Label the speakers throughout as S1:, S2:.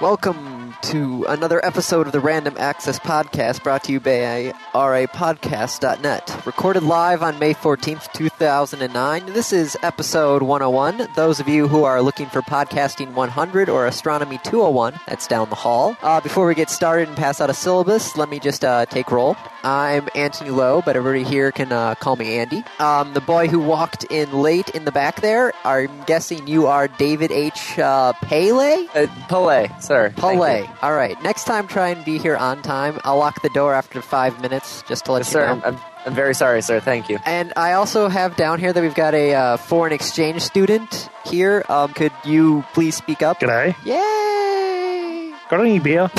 S1: Welcome to another episode of the Random Access Podcast brought to you by rapodcast.net. Recorded live on May 14th, 2009. This is episode 101. Those of you who are looking for Podcasting 100 or Astronomy 201, that's down the hall. Uh, before we get started and pass out a syllabus, let me just uh, take roll. I'm Anthony Lowe, but everybody here can uh, call me Andy. Um, the boy who walked in late in the back there, I'm guessing you are David H. Uh, Pele?
S2: Uh, Pele, sir. Thank
S1: Pele.
S2: you.
S1: All right. Next time, try and be here on time. I'll lock the door after five minutes just to let
S2: Yes,
S1: you
S2: sir.
S1: know.
S2: I'm, I'm, I'm very sorry, sir. Thank you.
S1: And I also have down here that we've got a uh, foreign exchange student here. Um, could you please speak up?
S3: G'day.
S1: Yay!
S3: Got any beer?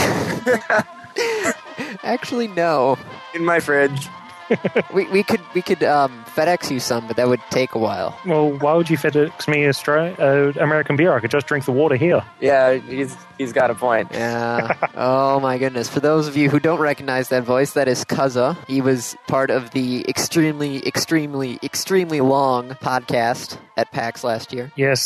S1: Actually, no.
S2: In my fridge.
S1: we, we could we could um, FedEx you some, but that would take a while.
S3: Well, why would you FedEx me Australia, uh, American beer? I could just drink the water here.
S2: Yeah, he's he's got a point.
S1: Yeah. oh my goodness. For those of you who don't recognize that voice, that is Kaza. He was part of the extremely, extremely, extremely long podcast at PAX last year.
S3: Yes,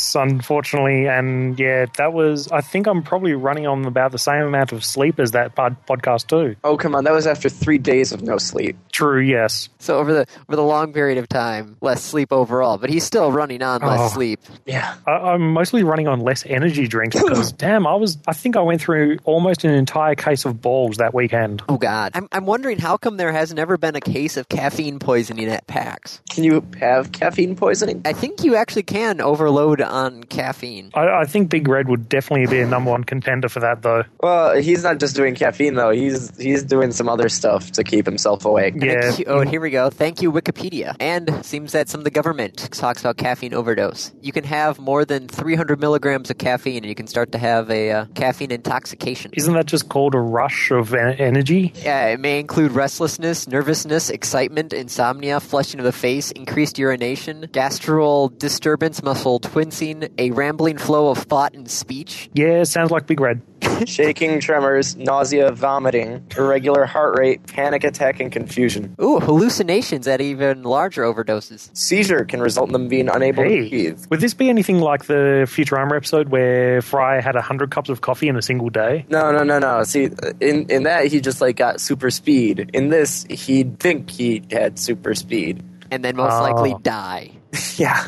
S3: unfortunately, and yeah, that was. I think I'm probably running on about the same amount of sleep as that pod- podcast too.
S2: Oh, come on. That was after three days of no sleep.
S3: True. Yes.
S1: So over the over the long period of time, less sleep overall, but he's still running on less
S3: Oh.
S1: sleep.
S2: Yeah.
S3: I- I'm mostly running on less energy drinks because, damn, I was. I think I went through almost an entire case of balls that weekend.
S1: Oh God, I'm I'm wondering how come there has never been a case of caffeine poisoning at PAX.
S2: Can you have caffeine poisoning?
S1: I think you actually can overload on caffeine.
S3: I, I think Big Red would definitely be a number one contender for that, though.
S2: Well, he's not just doing caffeine though. He's he's doing some other stuff to keep himself awake.
S3: Yeah.
S1: Thank you- Oh, and here we go. Thank you, Wikipedia. And seems that some of the government talks about caffeine overdose. You can have more than 300 milligrams of caffeine, and you can start to have a uh, caffeine intoxication.
S3: Isn't that just called a rush of en- energy?
S1: Yeah, it may include restlessness, nervousness, excitement, insomnia, flushing of the face, increased urination, gastral disturbance, muscle twincing, a rambling flow of thought and speech.
S3: Yeah, sounds like Big Red.
S2: Shaking, tremors, nausea, vomiting, irregular heart rate, panic attack, and confusion.
S1: Ooh, hallucinations at even larger overdoses.
S2: Seizure can result in them being unable to
S3: Hey,
S2: breathe.
S3: would this be anything like the Futurama episode where Fry had 100 cups of coffee in a single day?
S2: No, no, no, no. See, in in that he just like got super speed. In this, he'd think he had super speed.
S1: And then most likely
S3: Oh.
S1: die.
S2: Yeah,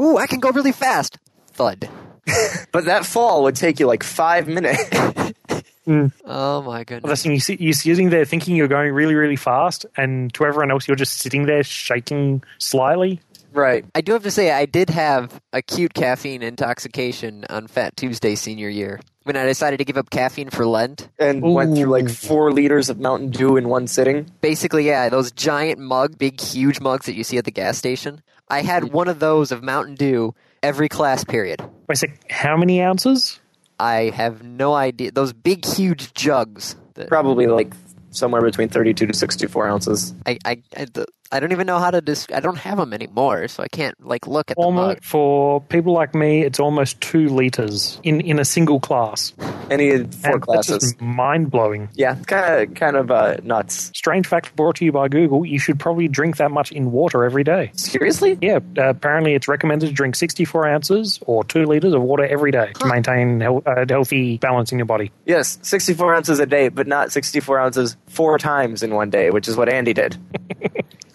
S1: Ooh, I can go really fast. Thud.
S2: but that fall would take you like five minutes.
S1: Oh my goodness.
S3: Well, that's when you sit, you're sitting there thinking you're going really, really fast, and to everyone else, you're just sitting there shaking slyly.
S2: right.
S1: I do have to say, I did have acute caffeine intoxication on Fat Tuesday senior year when I decided to give up caffeine for Lent.
S2: And went through like four liters of Mountain Dew in one sitting.
S1: Basically, yeah, those giant mug, big, huge mugs that you see at the gas station. I had one of those of Mountain Dew every class period.
S3: Wait a sec, how many ounces?
S1: I have no idea. Those big, huge jugs. that-
S2: Probably like somewhere between 32 to 64 ounces.
S1: I, I, I, the- I don't even know how to. Dis- I don't have them anymore, so I can't like look at the
S3: Almost,
S1: mug.
S3: for people like me, it's almost two liters in, in a single class.
S2: And he had four
S3: And that's
S2: classes.
S3: just mind blowing.
S2: Yeah, kind of kind of uh, nuts.
S3: Strange fact brought to you by Google you should probably drink that much in water every day.
S2: Seriously?
S3: Yeah, uh, apparently it's recommended to drink 64 ounces or 2 liters of water every day to maintain hel- uh, healthy balance in your body.
S2: Yes, 64 ounces a day, but not 64 ounces four times in one day, which is what Andy did.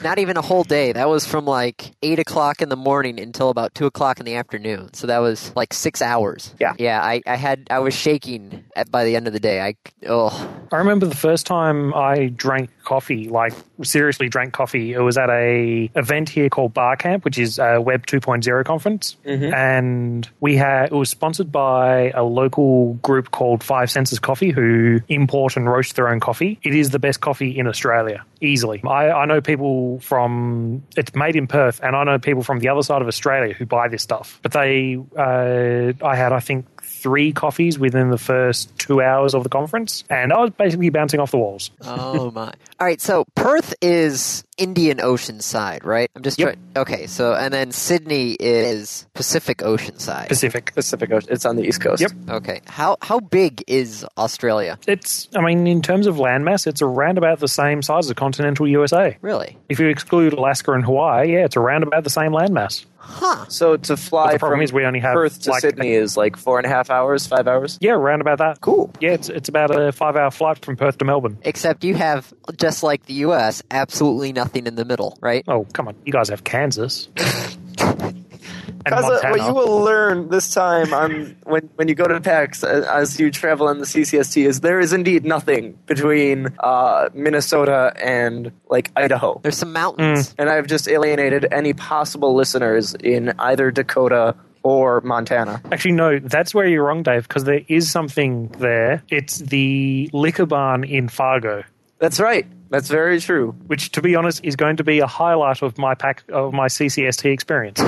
S1: Not even a whole day. That was from like eight o'clock in the morning until about two o'clock in the afternoon. So that was like six hours.
S2: Yeah.
S1: yeah. I, I had I was shaking at, by the end of the day. I oh
S3: I remember the first time I drank coffee, like seriously drank coffee. It was at a event here called Bar Camp, which is a Web 2.0 conference, and we had it was sponsored by a local group called Five Senses Coffee, who import and roast their own coffee. It is the best coffee in Australia, easily. I, I know people from it's made in Perth, and I know people from the other side of Australia who buy this stuff. But they, uh, I had, I think three coffees within the first two hours of the conference, and I was basically bouncing off the walls.
S1: oh my. All right. So Perth is Indian Ocean side, right? I'm just
S3: Yep.
S1: trying. Okay, so and then Sydney is Pacific Ocean side.
S3: Pacific.
S2: Pacific Ocean. It's on the East Coast.
S3: Yep.
S1: Okay, how how big is Australia?
S3: It's, I mean, in terms of landmass, it's around about the same size as continental USA.
S1: Really?
S3: If you exclude Alaska and Hawaii, yeah, it's around about the same landmass.
S1: Huh?
S2: So to fly
S3: But the problem
S2: from
S3: is we only have,
S2: Perth to
S3: like-
S2: Sydney is like four and a half hours, five hours.
S3: Yeah, around about that.
S1: Cool.
S3: Yeah, it's, it's about a five hour flight from Perth to Melbourne.
S1: Except you have just like the U.S. absolutely nothing in the middle, right?
S3: Oh, come on. You guys have Kansas. and
S2: Kaza,
S3: Montana.
S2: what you will learn this time on when, when you go to PAX uh, as you travel on the CCST is there is indeed nothing between uh, Minnesota and like Idaho.
S1: There's some mountains.
S2: And I've just alienated any possible listeners in either Dakota or Montana.
S3: Actually, no, that's where you're wrong, Dave, because there is something there. It's the liquor barn in Fargo,
S2: That's right. That's very true.
S3: which, to be honest, is going to be a highlight of my pack of my CCST experience.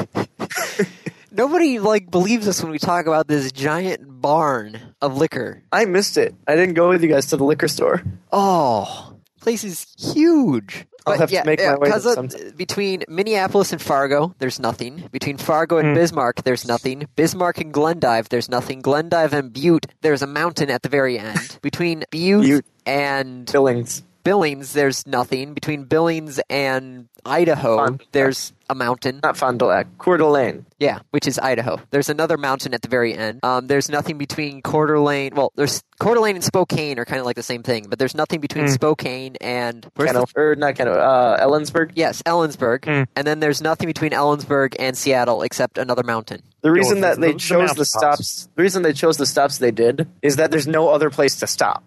S1: Nobody like believes us when we talk about this giant barn of liquor.
S2: I missed it. I didn't go with you guys to the liquor store.
S1: Oh, place is huge.
S2: I'll have to make my way
S1: because
S2: there
S1: of-
S2: sometime.
S1: between Minneapolis and Fargo, there's nothing. Between Fargo
S2: Hmm.
S1: and Bismarck, there's nothing. Bismarck and Glendive, there's nothing. Glendive and Butte, there's a mountain at the very end. Between Butte,
S2: Butte.
S1: and
S2: Billings.
S1: Billings, there's nothing. Between Billings and Idaho,
S2: Fun.
S1: there's a mountain.
S2: Not Fond du Lac. Coeur d'Alene.
S1: Yeah, which is Idaho. There's another mountain at the very end. Um, there's nothing between Coeur d'Alene. Well, there's Coeur d'Alene and Spokane are kind of like the same thing, but there's nothing between
S3: Hmm.
S1: Spokane and where's
S2: Kano,
S1: the-
S2: or not Kano, uh, Ellensburg.
S1: yes, Ellensburg,
S3: Mm.
S1: and then there's nothing between Ellensburg and Seattle except another mountain.
S2: The reason
S3: Dolphins,
S2: that they
S3: the- the
S2: chose the
S3: mountain tops.
S2: stops, the reason they chose the stops they did is that there's no other place to stop.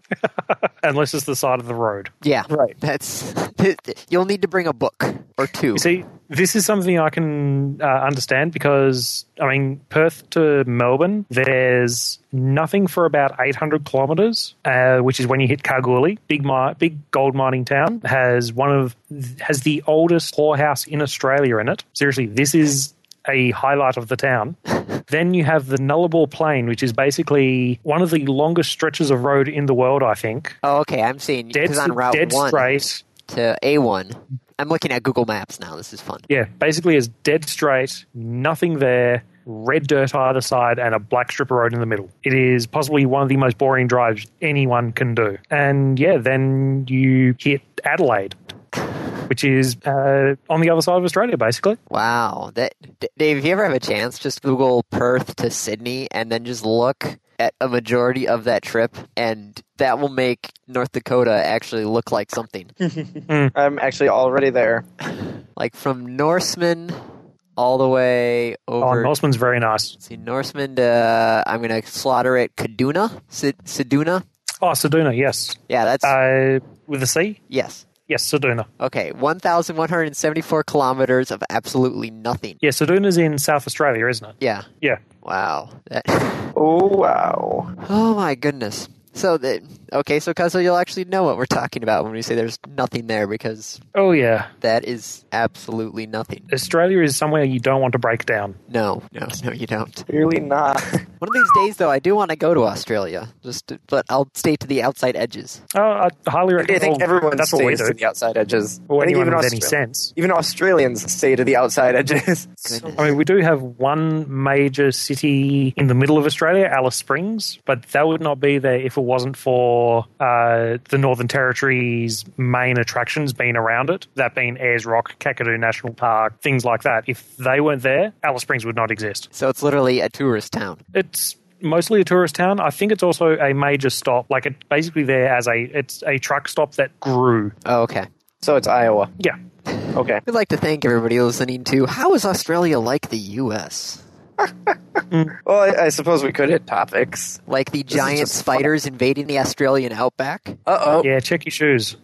S3: Unless it's the side of the road.
S1: Yeah,
S2: Right.
S1: That's you'll need to bring a book or two.
S3: You see, this is something I can uh, understand because, I mean, Perth to Melbourne, there's nothing for about 800 kilometres, uh, which is when you hit Kalgoorlie, big mi- big gold mining town, has one of has the oldest whorehouse in Australia in it. Seriously, this is a highlight of the town. then you have the Nullarbor Plain, which is basically one of the longest stretches of road in the world, I think.
S1: oh, okay, I'm seeing
S3: Dead,
S1: because on route
S3: dead
S1: one
S3: straight.
S1: to A one. I'm looking at Google Maps now. This is fun.
S3: Yeah, basically it's dead straight, nothing there, red dirt either side, and a black strip of road in the middle. It is possibly one of the most boring drives anyone can do. And yeah, then you hit Adelaide, which is uh, on the other side of Australia, basically.
S1: Wow. That D- Dave, if you ever have a chance, just Google Perth to Sydney and then just look at a majority of that trip and that will make North Dakota actually look like something.
S3: Hmm.
S2: I'm actually already there.
S1: like from Norseman all the way
S3: Oh,
S1: over
S3: Norseman's very nice.
S1: let's see Norseman to I'm gonna slaughter it Kaduna? Sid- Seduna?
S3: Oh, Seduna, yes.
S1: Yeah, that's
S3: Uh, with a C?
S1: yes.
S3: Yes, Seduna.
S1: Okay. One thousand one hundred and seventy four kilometers of absolutely nothing.
S3: Yeah, Seduna's in South Australia, isn't it?
S1: Yeah.
S3: Yeah.
S1: Wow. That
S2: Oh wow!
S1: Oh my goodness. So that okay, so Kazo, you'll actually know what we're talking about when we say there's nothing there because
S3: Oh, yeah.
S1: that is absolutely nothing.
S3: Australia is somewhere you don't want to break down.
S1: No, no, no, you don't.
S2: Clearly not.
S1: One of these days, though, I do want to go to Australia. Just, to- but I'll stay to the outside edges.
S3: Oh, I highly
S2: I
S3: recommend.
S2: think
S3: oh,
S2: everyone
S3: that's what we
S2: stays
S3: do.
S2: to the outside edges.
S3: Or
S2: I think
S3: anyone
S2: even
S3: with any
S2: Austra-
S3: sense.
S2: Even Australians stay to the outside edges.
S1: Goodness.
S3: I mean, we do have one major city in the middle of Australia, Alice Springs, but that would not be there if it wasn't for uh, the Northern Territory's main attractions being around it, that being Ayers Rock, Kakadu National Park, things like that. If they weren't there, Alice Springs would not exist.
S1: So it's literally a tourist town.
S3: It's mostly a tourist town. I think it's also a major stop. Like it basically there as a it's a truck stop that grew.
S1: Oh, okay.
S2: so it's Iowa.
S3: Yeah.
S2: Okay.
S1: We'd like to thank everybody listening to How is Australia like the U.S.?
S2: Well, I, I suppose we could hit topics.
S1: Like the
S2: is
S1: giant
S2: just
S1: spiders invading the Australian outback?
S2: Uh oh.
S3: Yeah, check your shoes.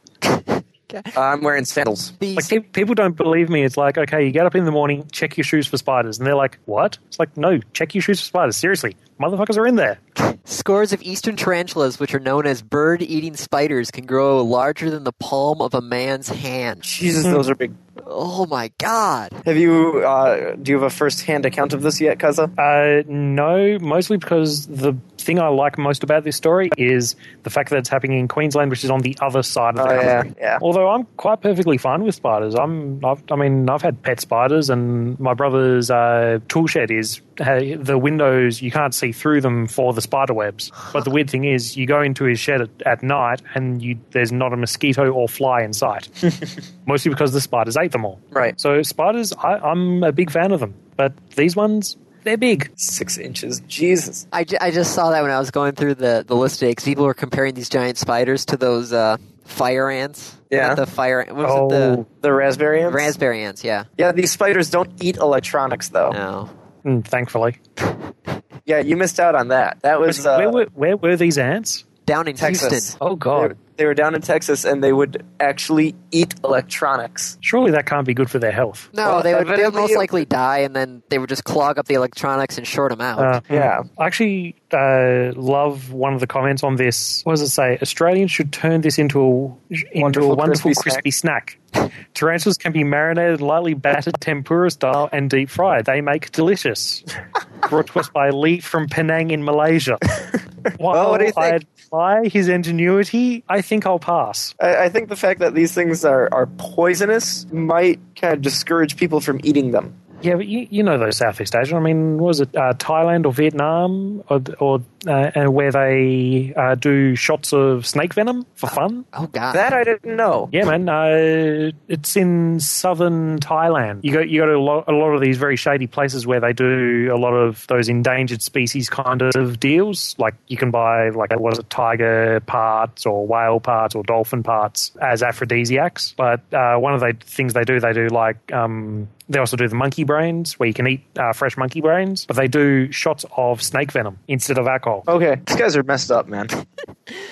S2: I'm wearing sandals.
S1: The
S3: Like pe- people don't believe me. It's like, okay, you get up in the morning, check your shoes for spiders, and they're like, "What?" It's like, no, check your shoes for spiders. Seriously, motherfuckers are in there.
S1: Scores of eastern tarantulas, which are known as bird eating spiders, can grow larger than the palm of a man's hand.
S2: Jesus,
S3: Hmm.
S2: those are big.
S1: Oh my god!
S2: Have you? Uh, do you have a first-hand account of this yet, Kaza?
S3: Uh, no, mostly because the thing I like most about this story is the fact that it's happening in Queensland, which is on the other side of the
S2: Oh, yeah,
S3: country.
S2: yeah.
S3: Although I'm quite perfectly fine with spiders. I'm, I've, I mean, I've had pet spiders, and my brother's uh, tool shed is hey, the windows. You can't see through them for the spider webs. But the weird thing is, you go into his shed at, at night, and you, there's not a mosquito or fly in sight. Mostly because the spiders ate them all.
S2: Right.
S3: So spiders, I, I'm a big fan of them, but these ones, they're big.
S2: Six inches. Jesus.
S1: I, ju- I just saw that when I was going through the, the list today 'cause people were comparing these giant spiders to those uh, fire ants.
S2: Yeah.
S1: Not The fire ant. What was
S3: Oh,
S1: it?
S2: The raspberry
S1: The
S2: ants?
S1: raspberry ants, yeah.
S2: yeah, these spiders don't eat electronics, though.
S1: No.
S3: mm, thankfully.
S2: Yeah, you missed out on that. That was uh,
S3: where, were, where were these ants?
S1: Down in
S2: Texas.
S1: Houston.
S3: Oh
S2: uh, they,
S3: God!
S2: were, they were down in Texas, and they would actually eat electronics.
S3: Surely that can't be good for their health.
S1: No,
S2: Well,
S1: they would they would
S2: evidently
S1: most
S2: you-
S1: likely die, and then they would just clog up the electronics and short them out.
S3: Uh,
S2: Yeah.
S3: I actually uh, love one of the comments on this. What does it say? Australians should turn this into a into
S2: Wonderful
S3: a wonderful
S2: crispy
S3: crispy snack. Tarantulas can be marinated, lightly battered, tempura style, and deep fried. They make delicious. Brought to us by Lee from Penang in Malaysia. While
S2: Oh, what do you think?
S3: I admire his ingenuity, I think I'll pass.
S2: I, I think the fact that these things are, are poisonous might kind of discourage people from eating them.
S3: Yeah, but you, you know those Southeast Asian. I mean, was it uh, Thailand or Vietnam, or, or uh, and where they uh, do shots of snake venom for fun?
S1: oh God.
S2: That I didn't know.
S3: Yeah, man. Uh, it's in southern Thailand. You go, you go to a lot, a lot of these very shady places where they do a lot of those endangered species kind of deals. Like you can buy like what is it, tiger parts or whale parts or dolphin parts as aphrodisiacs. But uh, one of the things they do, they do like um, they also do the monkey brains where you can eat uh, fresh monkey brains, but they do shots of snake venom instead of alcohol.
S2: Okay, these guys are messed up, man.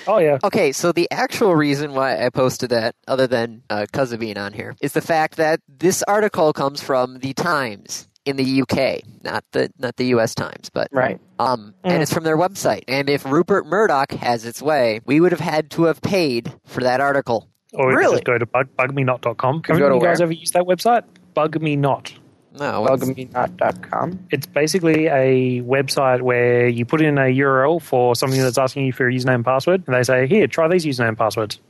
S3: Oh yeah.
S1: Okay, so the actual reason why I posted that, other than uh, Cuzza being on here, is the fact that this article comes from the Times in the UK, not the not the US Times, but
S2: Right.
S1: um,
S3: Mm.
S1: and it's from their website. And if Rupert Murdoch has its way, we would have had to have paid for that article.
S3: Or you
S2: Really?
S3: Oh, just go to bug, bugmenot.com. Have
S2: go to
S3: you guys
S2: where?
S3: ever used that website? Bug me not.
S1: No, what's-
S2: Welcomenot.com.
S3: It's basically a website where you put in a URL for something that's asking you for your username and password, and they say, "Here, try these username and passwords."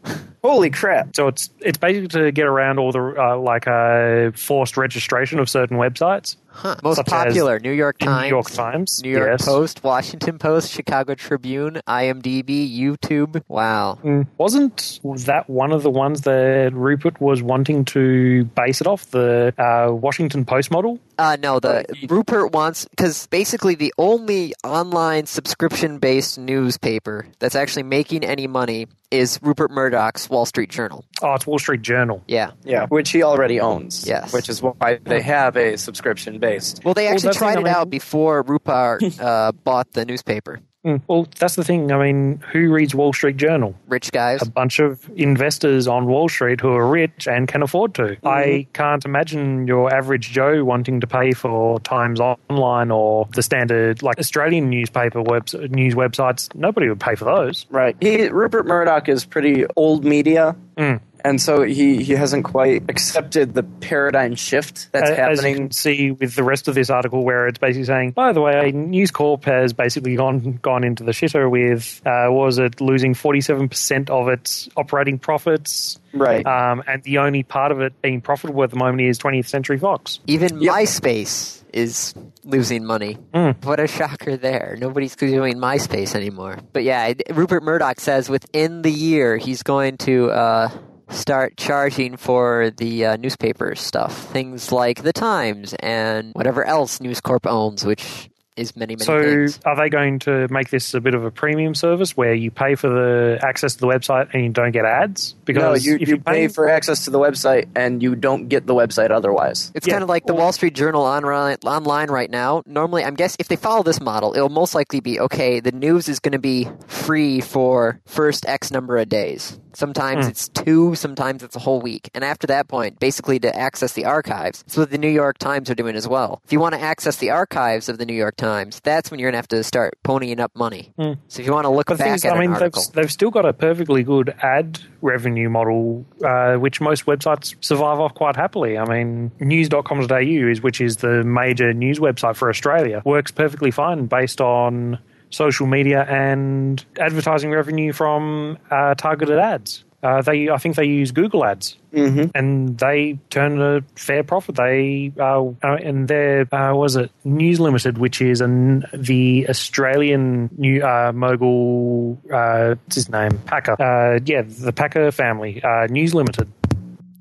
S2: Holy crap.
S3: So it's it's basically to get around all the uh, like uh, forced registration of certain websites.
S1: huh. most
S3: Such as
S1: popular New York
S3: In
S1: Times,
S3: New York Times,
S1: New York
S3: yes.
S1: Post, Washington Post, Chicago Tribune, IMDb, YouTube. Wow.
S3: Mm. Wasn't that one of the ones that Rupert was wanting to base it off the uh, Washington Post model?
S1: Uh, no, the
S2: Right.
S1: Rupert wants because basically the only online subscription-based newspaper that's actually making any money is Rupert Murdoch's Wall Street Journal.
S3: Oh, it's Wall Street Journal.
S1: Yeah.
S2: Yeah, which he already owns.
S1: Yes.
S2: Which is why they have a subscription based.
S1: Well, they
S3: Well,
S1: actually
S3: that's
S1: tried it
S3: another-
S1: out before Rupert uh, bought the newspaper.
S3: Mm. Well, that's the thing. I mean, who reads Wall Street Journal?
S1: Rich guys.
S3: a bunch of investors on Wall Street who are rich and can afford to.
S2: Mm-hmm.
S3: I can't imagine your average Joe wanting to pay for Times Online or the standard like Australian newspaper webs- news websites. Nobody would pay for those.
S2: Right. He Rupert Murdoch is pretty old media.
S3: Mm.
S2: And so he, he hasn't quite accepted the paradigm shift that's
S3: A- As you
S2: happening.
S3: can see with the rest of this article, where it's basically saying, by the way, News Corp has basically gone gone into the shitter with, uh, what was it losing forty seven percent of its operating profits,
S2: Right.
S3: Um, and the only part of it being profitable at the moment is Twentieth Century Fox.
S1: Even
S2: Yep.
S1: MySpace is losing money. What a shocker there. Nobody's doing MySpace anymore. But yeah, it- Rupert Murdoch says within the year he's going to uh, start charging for the uh, newspaper stuff. Things like The Times and whatever else News Corp owns, which is many, many
S3: So,
S1: things.
S3: are they going to make this a bit of a premium service where you pay for the access to the website and you don't get ads?
S2: No,
S3: Because
S2: you,
S3: if
S2: you
S3: you're
S2: pay
S3: paying-
S2: for access to the website and you don't get the website otherwise.
S1: It's
S3: yeah,
S1: kind of like the
S3: or-
S1: Wall Street Journal online, online right now. Normally, I'm guess if they follow this model, it'll most likely be okay. The news is going to be free for first X number of days.
S3: Hmm.
S1: Sometimes it's two, sometimes it's a whole week, and after that point, basically to access the archives. That's what the New York Times are doing as well. If you want to access the archives of the New York Times, that's when you're going to have to start ponying up money. So if you want to look
S3: Hmm. But the
S1: back
S3: thing is,
S1: at
S3: I mean,
S1: an
S3: they've,
S1: article,
S3: they've still got a perfectly good ad revenue model, uh, which most websites survive off quite happily. I mean, news.com.au, is, which is the major news website for Australia, works perfectly fine based on social media and advertising revenue from uh, targeted ads. Uh, they, I think they use Google Ads, mm-hmm. and they turn a fair profit. They uh, uh, and their uh, what was it News Limited, which is an, the Australian new uh, mogul. Uh, what's his name? Packer. Uh, yeah, the Packer family. Uh, News Limited.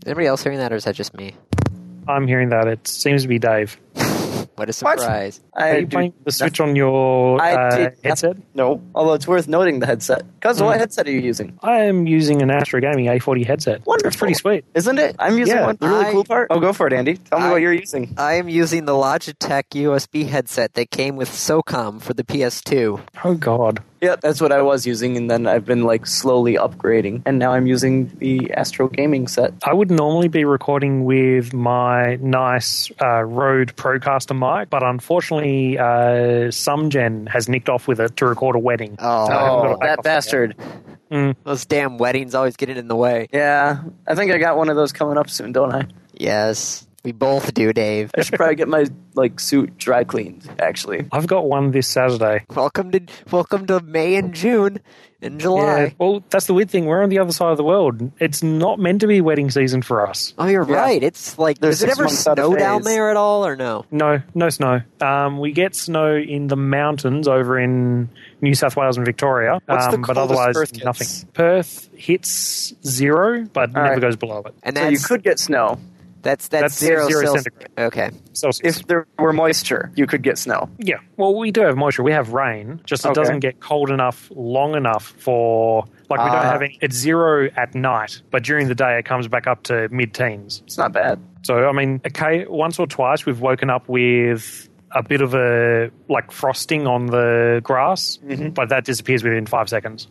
S1: Anybody else hearing that, or is that just me?
S3: I'm hearing that it seems to be Dave.
S1: What a
S2: What?
S1: surprise!
S3: Are you
S2: do
S3: playing the
S2: nothing.
S3: switch on your
S2: I
S3: uh,
S2: did
S3: headset? Mm.
S2: No. Although it's worth noting the headset. Because what headset are you using?
S3: I am using an Astro Gaming A40 headset. It's pretty sweet.
S2: Isn't it? I'm using
S3: Yeah.
S2: one. The really
S1: I-
S2: cool part? Oh, go for it, Andy. Tell me
S1: I-
S2: what you're using.
S1: I am using the Logitech USB headset that came with SOCOM for the PS2.
S3: Oh God,
S2: Yeah, that's what I was using, and then I've been like slowly upgrading, and now I'm using the Astro Gaming set.
S3: I would normally be recording with my nice uh, Rode Procaster mic, but unfortunately, uh, some gen has nicked off with it to record a wedding.
S1: Oh.
S3: So I haven't got it back off
S2: that
S3: yet.
S2: bastard!
S1: Those damn weddings always get it in the way.
S2: Yeah, I think I got one of those coming up soon, don't I?
S1: Yes, we both do, Dave.
S2: I should probably get my like suit dry cleaned. Actually,
S3: I've got one this Saturday.
S1: Welcome to welcome to May and June and July.
S3: Yeah. Well, that's the weird thing. We're on the other side of the world. It's not meant to be wedding season for us.
S1: Oh, you're
S2: Yeah.
S1: right. It's like
S2: There's
S1: does it
S2: six
S1: ever
S2: months out of
S1: snow down
S2: days.
S1: there at all or no?
S3: No, no snow. Um, we get snow in the mountains over in New South Wales and Victoria,
S2: What's the
S3: um, but
S2: coldest
S3: otherwise
S2: Perth gets?
S3: nothing. Perth hits zero, but
S2: All
S3: never
S2: right.
S3: goes below it.
S1: And
S2: so
S1: that's
S2: you could get snow
S1: that's, that's
S3: That's
S1: zero,
S3: zero
S1: Celsius.
S3: centigrade.
S1: Okay.
S3: Celsius.
S2: if there were moisture. You could get snow.
S3: yeah, well, we do have moisture. We have rain. Just it
S2: Okay.
S3: doesn't get cold enough, long enough for like we don't
S2: Ah.
S3: have any. It's zero at night, but during the day it comes back up to mid-teens.
S2: It's not bad.
S3: So I mean, okay, once or twice we've woken up with a bit of a like frosting on the grass,
S2: Mm-hmm.
S3: but that disappears within five seconds.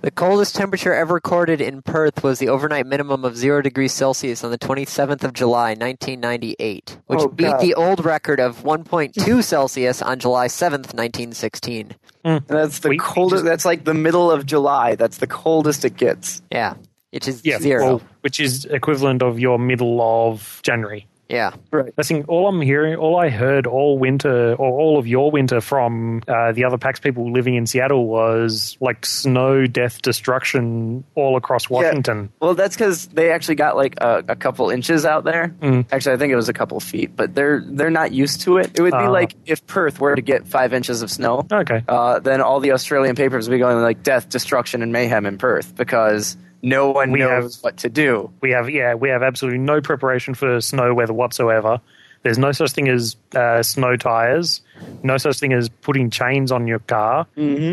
S1: The coldest temperature ever recorded in Perth was the overnight minimum of 0 degrees Celsius on the 27th of July, 1998, which
S2: Oh,
S1: beat
S2: God.
S1: the old record of 1.2 Celsius on July 7th, 1916.
S2: And that's the
S3: We- we
S2: coldest.
S3: just-
S2: that's like the middle of July. That's the coldest it gets.
S1: Yeah. Which is
S3: Yeah,
S1: zero.
S3: well, which is equivalent of your middle of January.
S1: yeah.
S2: Right.
S3: That's thing. All I'm hearing, all I heard all winter, or all of your winter from uh, the other PAX people living in Seattle was like snow, death, destruction all across Washington.
S2: Well, that's because they actually got like a, a couple inches out there. Actually, I think it was a couple feet, but they're they're not used to it. It would be
S3: Ah.
S2: like if Perth were to get five inches of snow.
S3: Okay.
S2: Uh, then all the Australian papers would be going like death, destruction, and mayhem in Perth because no one
S3: We
S2: knows
S3: have-
S2: what to do.
S3: We have yeah, we have absolutely no preparation for snow weather whatsoever. There's no such thing as uh, snow tires, no such thing as putting chains on your car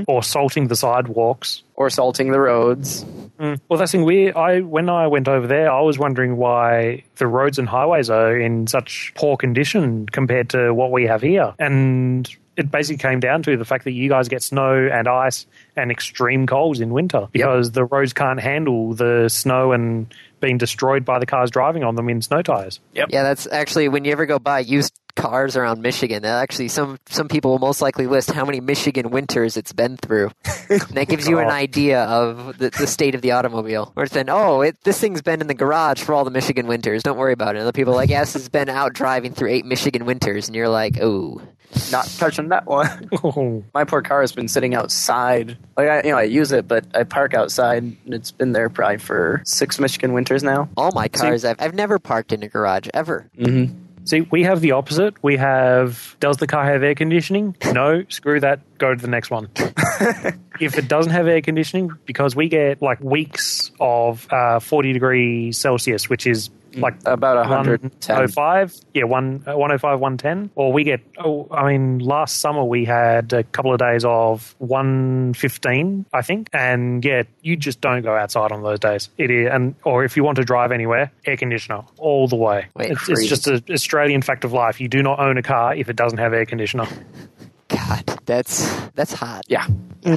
S3: or salting the sidewalks.
S2: Or salting the roads.
S3: Mm. Well, that's the thing. We I when I went over there, I was wondering why the roads and highways are in such poor condition compared to what we have here, and it basically came down to the fact that you guys get snow and ice and extreme colds in winter because the roads can't handle the snow and being destroyed by the cars driving on them in snow tires.
S1: Yeah, that's actually when you ever go buy used cars around Michigan, that actually some some people will most likely list how many Michigan winters it's been through. And that gives you an
S3: God.
S1: idea of the, the state of the automobile. Or it's been, oh, it, this thing's been in the garage for all the Michigan winters. Don't worry about it. Other people are like, yes, it's been out driving through eight Michigan winters, and you're like, oh,
S2: Not touching that one. My poor car has been sitting outside. Like I, you know, I use it, but I park outside, and it's been there probably for six Michigan winters now.
S1: all my cars, I've I've never parked in a garage ever.
S3: See, we have the opposite. We have does the car have air conditioning? No, screw that. Go to the next one. if it doesn't have air conditioning, because we get like weeks of uh, forty degrees Celsius, which is like
S2: About 110.
S3: 105 yeah one, uh, 105 110 or we get oh, i mean last summer we had a couple of days of 115 i think and yeah you just don't go outside on those days it is and or if you want to drive anywhere air conditioner all the way
S1: Wait,
S3: it's, it's
S1: freeze.
S3: just an australian fact of life you do not own a car if it doesn't have air conditioner
S1: God, that's that's hot.
S2: Yeah.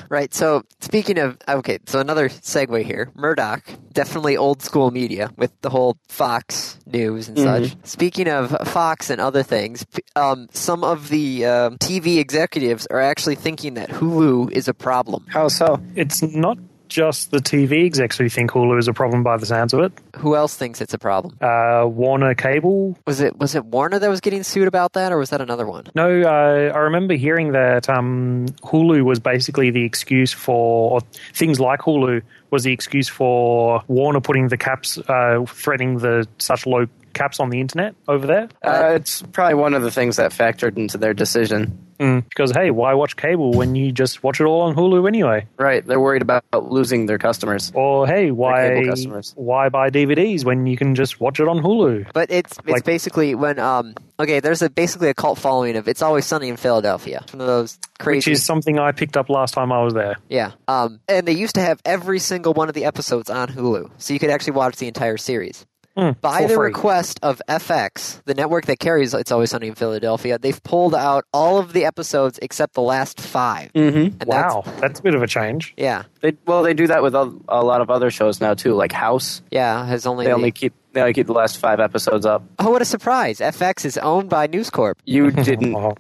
S1: Right. So speaking of okay, so another segue here. Murdoch, definitely old school media with the whole Fox News and
S3: Mm-hmm.
S1: such. Speaking of Fox and other things, p- um, some of the um, TV executives are actually thinking that Hulu is a problem.
S2: How so?
S3: it's not just the TV execs who think Hulu is a problem by the sounds of it.
S1: Who else thinks it's a problem?
S3: Uh, Warner Cable.
S1: Was it was it Warner that was getting sued about that, or was that another one?
S3: No, uh, I remember hearing that um, Hulu was basically the excuse for or things like Hulu was the excuse for Warner putting the caps, uh, threading the such low caps on the internet over there.
S2: Uh, it's probably one of the things that factored into their decision.
S1: Mm.
S3: Because hey, why watch cable when you just watch it all on Hulu anyway?
S2: Right, they're worried about losing their customers.
S3: Or hey, why
S2: cable customers.
S3: why buy DVDs when you can just watch it on Hulu?
S1: But it's it's
S3: Like-
S1: basically when um okay, there's a basically a cult following of "It's Always Sunny in Philadelphia." One of those
S3: Which
S1: crazy,
S3: is something I picked up last time I was there.
S1: yeah. Um, and they used to have every single one of the episodes on Hulu, so you could actually watch the entire series. By
S2: for
S1: the
S2: Hmm, free.
S1: request of FX, the network that carries "It's Always Sunny in Philadelphia," they've pulled out all of the episodes except the last 5
S2: Mm-hmm.
S1: And that's-
S3: Wow, that's a bit of a change.
S1: yeah,
S2: They, well, they do that with a, a lot of other shows now too, like House.
S1: yeah. Has only,
S2: They only keep they only keep the last five episodes up.
S1: oh, what a surprise! FX is owned by News Corp.
S2: You
S1: Mm.
S2: didn't.
S3: Wow.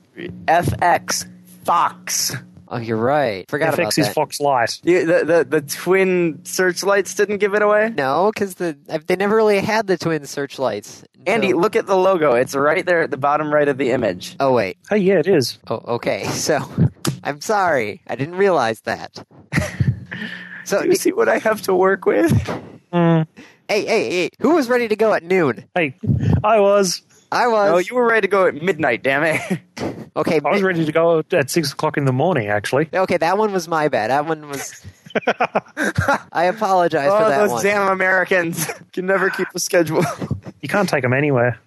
S2: FX Fox.
S1: Oh, you're right. Forgot about
S3: FX is
S1: that.
S3: Fox Light.
S2: You, the, the the twin searchlights didn't give it away.
S1: no, because the they never really had the twin searchlights. until-
S2: Andy, look at the logo. It's right there at the bottom right of the image.
S1: Oh wait.
S3: Hey, yeah, it is.
S1: Oh, okay. So, I'm sorry. I didn't realize that. So,
S2: Do you see what I have to work with?
S1: Uh,
S3: Mm.
S1: hey, hey, hey, who was ready to go at noon?
S3: Hey, I was.
S1: I was.
S2: No, you were ready to go at midnight. Damn it.
S1: okay,
S3: I was
S1: mi-
S3: ready to go at six o'clock in the morning. Actually,
S1: okay, that one was my bad. That one was. I apologize for
S2: oh,
S1: that
S2: those
S1: one.
S2: damn Americans can never keep a schedule.
S3: you can't take them anywhere.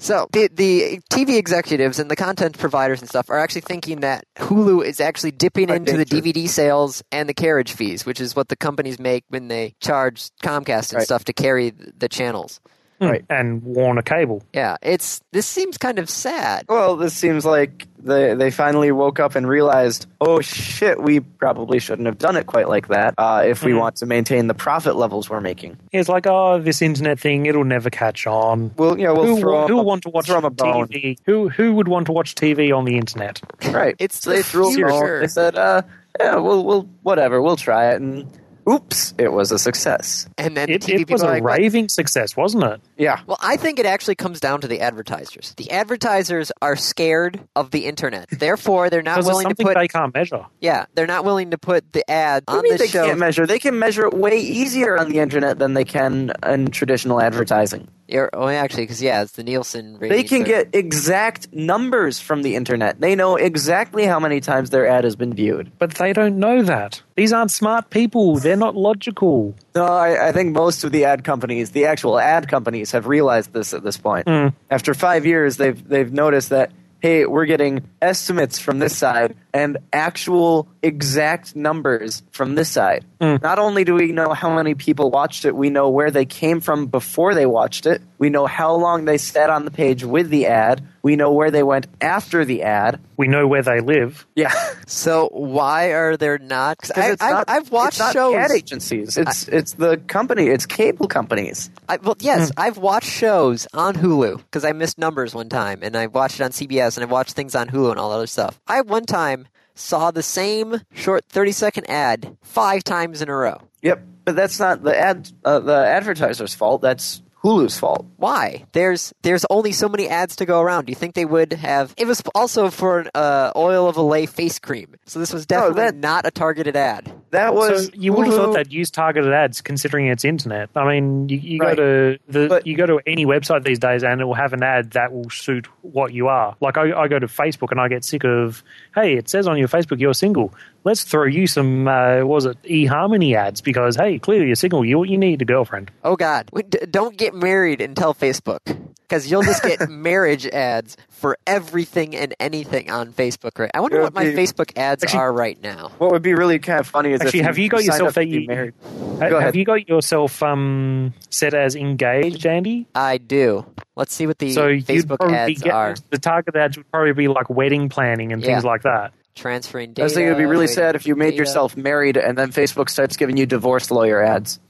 S1: So the, the TV executives and the content providers and stuff are actually thinking that Hulu is actually dipping
S2: By
S1: into the
S2: nature.
S1: DVD sales and the carriage fees, which is what the companies make when they charge Comcast and
S2: Right.
S1: stuff to carry th- the channels.
S2: Right.
S3: And Warner Cable.
S1: Yeah, it's this seems kind of sad.
S2: well, this seems like they they finally woke up and realized, oh shit, we probably shouldn't have done it quite like that uh, if
S1: Mm-hmm.
S2: we want to maintain the profit levels we're making.
S3: It's like, oh, this internet thing, it'll never catch on.
S2: Well, you know, we'll
S3: who
S2: throw 'em
S3: who
S2: a-
S3: will want to watch
S2: throw 'em a bone.
S3: TV? Who who would want to watch TV on the internet?
S2: Right.
S1: It's
S2: So they
S1: the
S2: threw 'em
S1: future.
S2: all- They said, uh, yeah, we'll, we'll, whatever, we'll try it. And oops, it was a success.
S1: And then
S3: It,
S1: the TV
S3: it was
S1: people are
S3: a
S1: like, "What?"
S3: raving success, wasn't it?
S2: Yeah.
S1: Well, I think it actually comes down to the advertisers. The advertisers are scared of the internet. Therefore, they're not
S3: Because it's
S1: willing to
S3: something
S1: put
S3: they can't measure.
S1: yeah, they're not willing to put the ad
S2: What
S1: on
S2: do you mean
S1: the
S2: they
S1: show.
S2: can't measure? They can measure it way easier on the internet than they can in traditional advertising.
S1: You're- oh, actually, because yeah, it's the Nielsen.
S2: They
S1: ratings
S2: can
S1: are-
S2: get exact numbers from the internet. They know exactly how many times their ad has been viewed.
S3: But they don't know that. These aren't smart people. They're not logical.
S2: No, I, I think most of the ad companies, the actual ad companies, have realized this at this point.
S1: Hmm.
S2: After five years, they've they've noticed that hey, we're getting estimates from this side and actual exact numbers from this side.
S1: Hmm.
S2: Not only do we know how many people watched it, we know where they came from before they watched it. We know how long they sat on the page with the ad. We know where they went after the ad.
S3: We know where they live.
S2: Yeah.
S1: So why are there not? 'cause
S2: 'Cause
S1: I,
S2: it's not-
S1: I, I've watched
S2: it's not
S1: shows.
S2: Ad agencies. It's it's the company. It's cable companies.
S1: I, well,
S2: Hmm.
S1: yes, I've watched shows on Hulu because I missed numbers one time, and I watched it on CBS, and I watched things on Hulu and all that other stuff. I one time saw the same short thirty-second ad five times in a row.
S2: Yep, but that's not the ad uh, the advertiser's fault. That's Hulu's fault.
S1: Why? There's there's only so many ads to go around. Do you think they would have? It was also for an uh, oil of Olay face cream, so this was definitely
S2: Oh, that-
S1: not a targeted ad.
S2: That was
S3: So you would have
S2: Hulu-
S3: thought they'd use targeted ads, considering it's internet. I mean, you, you
S2: Right.
S3: go to the
S2: But-
S3: you go to any website these days, and it will have an ad that will suit what you are. Like I, I go to Facebook, and I get sick of, hey, it says on your Facebook you're single. Let's throw you some, uh, what was it eHarmony ads because hey, clearly you're single. You you need a girlfriend.
S1: Oh God! We- d- don't get married and tell Facebook because you'll just get marriage ads for everything and anything on Facebook. Right? I wonder
S2: It
S1: what my
S2: would be-
S1: Facebook ads
S3: Actually-
S1: are right now.
S2: What would be really kind of funny is if
S3: Actually, have you got
S2: signed
S3: yourself
S2: up to
S3: that
S2: be
S3: you
S2: married.
S3: ha-
S2: Go ahead.
S3: have you got yourself um, set as engaged, Andy?
S1: I do. Let's see what the
S3: So you'd
S1: Facebook
S3: probably
S1: ads
S3: get
S1: are.
S3: the target ads would probably be like wedding planning and things
S1: Yeah.
S3: like that.
S1: Transferring
S2: I
S1: data.
S2: was thinking it would be really
S1: waiting
S2: sad if you
S1: for
S2: made
S1: data.
S2: yourself married and then Facebook starts giving you divorce lawyer ads.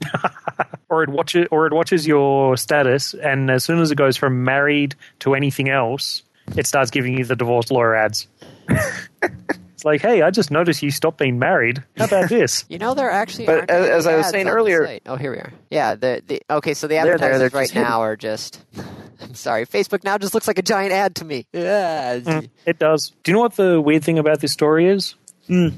S3: or it watches or it watches your status, and as soon as it goes from married to anything else, it starts giving you the divorce lawyer ads. It's like, hey, I just noticed you stopped being married. How about this?
S1: You know there actually. aren't
S2: But as-
S1: any
S2: as I was
S1: ads
S2: saying
S1: on the
S2: earlier-
S1: site. Oh, here we are. Yeah. The, the okay. So the
S2: They're
S1: advertisers
S2: there, they're
S1: right
S2: just hidden.
S1: now are just. I'm sorry. Facebook now just looks like a giant ad to me. Yeah.
S3: It does. Do you know what the weird thing about this story is?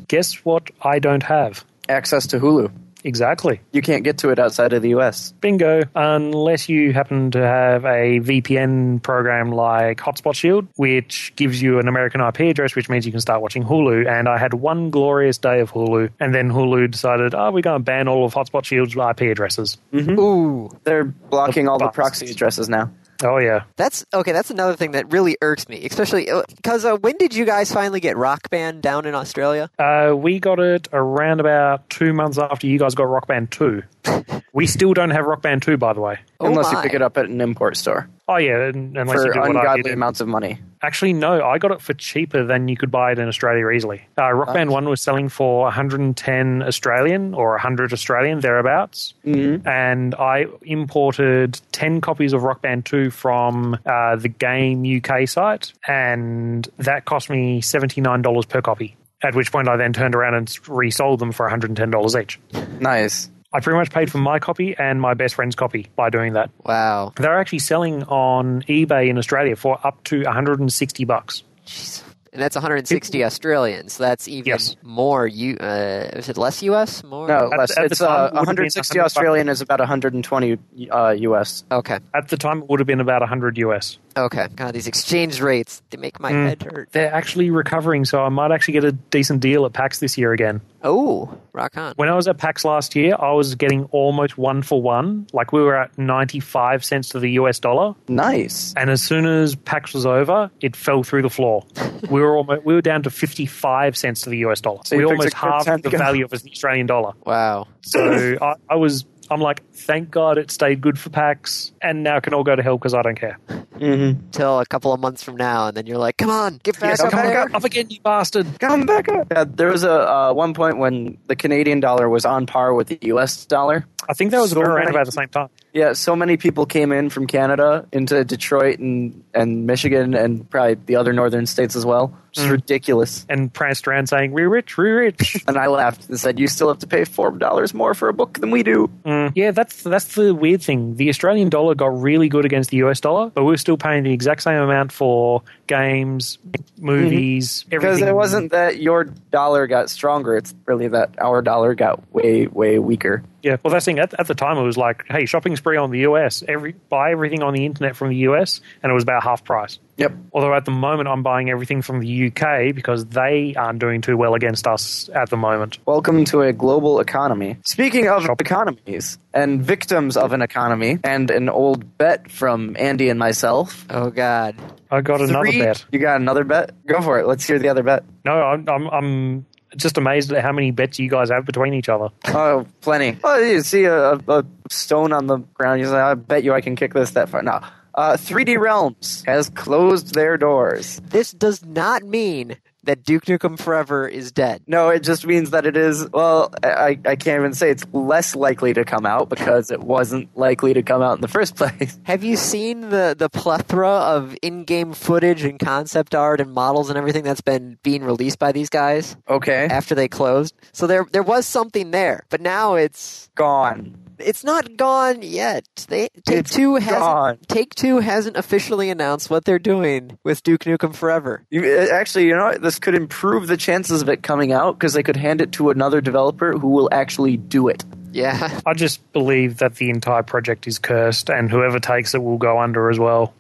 S3: Guess what I don't have?
S2: Access to Hulu.
S3: Exactly.
S2: You can't get to it outside of the U.S.
S3: Bingo. Unless you happen to have a VPN program like Hotspot Shield, which gives you an American IP address, which means you can start watching Hulu. And I had one glorious day of Hulu, and then Hulu decided, oh, we're going to ban all of Hotspot Shield's IP addresses.
S1: Ooh.
S2: They're blocking all the
S3: Bastards.
S2: proxy addresses now.
S3: Oh, yeah.
S1: That's okay. That's another thing that really irks me, especially because uh, when did you guys finally get Rock Band down in Australia?
S3: Uh, we got it around about two months after you guys got Rock Band 2. we still don't have Rock Band 2, by the way.
S1: Oh
S2: unless
S1: my.
S2: you pick it up at an import store
S3: Oh, yeah, un- unless
S2: for
S3: you do what I did.
S2: ungodly amounts of money.
S3: Actually, no, I got it for cheaper than you could buy it in Australia easily. Uh, Rock Band 1 was selling for 110 Australian or 100 Australian, thereabouts. Mm-hmm. And I imported 10 copies of Rock Band 2 from uh, the Game UK site, and that cost me $79 per copy. At which point, I then turned around and resold them for $110 each.
S2: Nice.
S3: I pretty much paid for my copy and my best friend's copy by doing that.
S1: Wow.
S3: They're actually selling on eBay in Australia for up to 160 bucks.
S1: Jeez. And that's 160 Australian, so that's even
S3: Yes.
S1: more. U- uh, is it less U.S. More?
S2: No,
S3: At-
S2: less.
S3: at the
S2: it's
S3: time, it
S2: uh,
S3: would've been
S2: 160
S3: 100
S2: Australian is about 120 uh, U.S.
S1: Okay.
S3: At the time, it would have been about 100 US.
S1: Okay. God, these exchange rates they make
S2: Mm.
S1: my head hurt.
S3: They're actually recovering, so I might actually get a decent deal at PAX this year again.
S1: Oh, rock on.
S3: When I was at PAX last year, I was getting almost one for one. Like we were at 95 cents to the US dollar.
S2: Nice.
S3: And as soon as PAX was over, it fell through the floor. we were almost, we were down to 55 cents to the US dollar.
S2: So
S3: we
S2: you picked
S3: almost
S2: a good time
S3: halved
S2: to
S3: the
S2: go.
S3: value of an Australian dollar.
S1: Wow.
S3: So I, I was, I'm like, thank God it stayed good for PAX, and now it can all go to hell because I don't care.
S1: Till a couple of months from now, and then you're like, come on, get back
S2: Yes,
S1: up
S2: come
S1: there.
S2: back
S3: Up again, you bastard!
S2: Come back up. Yeah, there was a uh, one point when the Canadian dollar was on par with the U.S. dollar.
S3: I think that was
S2: So
S3: around
S2: many-
S3: about the same time.
S2: Yeah, so many people came in from Canada into Detroit and, and Michigan and probably the other northern states as well. It's ridiculous.
S3: and pranced around saying, We're rich, we're rich.
S2: And I laughed and said, You still have to pay $4 more for a book than we do.
S3: yeah, that's that's the weird thing. The Australian dollar got really good against the US dollar, but we are still paying the exact same amount for games, movies, everything.
S2: Because Mm-hmm. it wasn't that your dollar got stronger, it's really that our dollar got way, way weaker.
S3: Yeah, well, that's the thing. At, at the time, it was like, hey, shopping spree on the US. Every buy everything on the internet from the US, and it was about half price.
S2: Yep.
S3: Although at the moment, I'm buying everything from the UK because they aren't doing too well against us at the moment.
S2: Welcome to a global economy. Speaking of
S3: Shop.
S2: economies and victims of an economy, and an old bet from Andy and myself.
S1: Oh God.
S3: I got another
S2: Three-
S3: bet.
S2: You got another bet? Go for it. Let's hear the other bet.
S3: No, I'm, I'm, I'm just amazed at how many bets you guys have between each other.
S2: Oh, plenty. Oh, you see a, a- a stone on the ground. You say, I bet you I can kick this that far. No. Uh, 3D Realms has closed their doors.
S1: This does not mean that Duke Nukem Forever is dead.
S2: No, it just means that it is, well, I, I can't even say it's less likely to come out because it wasn't likely to come out in the first place.
S1: Have you seen the, the plethora of in game footage and concept art and models and everything that's been being released by these guys
S2: Okay.
S1: after they closed? So there there was something there, but now it's
S2: Gone.
S1: it's not gone yet. They Take
S2: It's
S1: Two hasn't
S2: gone.
S1: Take Two hasn't officially announced what they're doing with Duke Nukem Forever.
S2: You, uh, actually, you know, what? this could improve the chances of it coming out because they could hand it to another developer who will actually do it.
S1: Yeah,
S3: I just believe that the entire project is cursed, and whoever takes it will go under as well.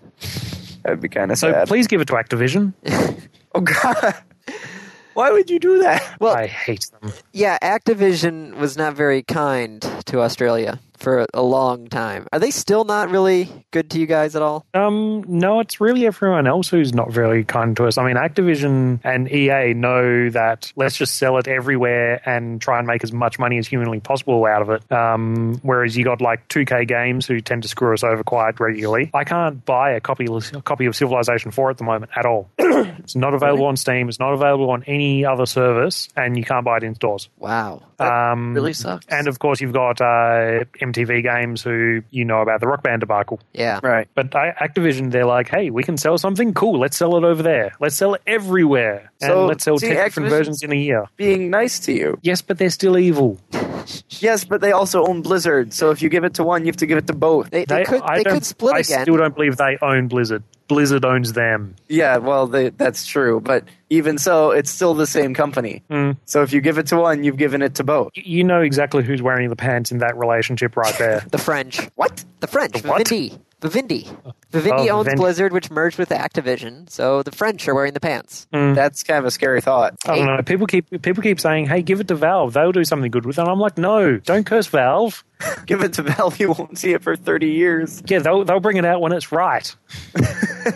S2: That'd be kind of
S3: So please give it to Activision.
S2: Oh, God. Why would you do that?
S1: Well-
S3: I hate them.
S1: yeah. Activision was not very kind to Australia for a long time. Are they still not really good to you guys at all?
S3: Um, no, it's really everyone else who's not very kind to us. I mean, Activision and EA know that let's just sell it everywhere and try and make as much money as humanly possible out of it. Um, whereas you got like 2K games who tend to screw us over quite regularly. I can't buy a copy a copy of Civilization 4 at the moment at all. it's not available on Steam. It's not available on any other service, and you can't buy it in stores.
S1: Wow.
S3: Um,
S2: Really sucks.
S3: And of course, you've got uh, MTV Games, who you know about the Rock Band debacle.
S1: Yeah.
S2: Right.
S3: But I, Activision, they're like, hey, we can sell something cool. Let's sell it over there. Let's sell it everywhere. And
S2: So,
S3: let's sell
S2: see,
S3: 10 different
S2: Activision's-
S3: versions in a year.
S2: Being nice to you.
S3: Yes, but they're still evil.
S2: Yes, but they also own Blizzard, so if you give it to one, you have to give it to both.
S1: They, they, could
S3: I
S1: they
S3: don't-
S1: could split
S3: I
S1: again.
S3: still don't believe they own Blizzard. Blizzard owns them.
S2: Yeah, well, they, that's true, but even so, it's still the same company.
S3: Hmm.
S2: So if you give it to one, you've given it to both.
S3: Y- You know exactly who's wearing the pants in that relationship right there.
S1: The French.
S2: What?
S1: The French.
S3: what?
S1: Vivendi. Vivendi. Vivendi
S3: Oh,
S1: owns
S3: Vivendi.
S1: Blizzard, which merged with Activision, so the French are wearing the pants.
S2: Hmm.
S3: Hmm.
S2: That's kind of a scary thought.
S3: I don't know. People keep people keep saying, "Hey, give it to Valve. They'll do something good with it." And I'm like, "No, don't curse Valve.
S2: Give it to Valve, you won't see it for 30 years.
S3: Yeah, they'll they'll bring it out when it's right."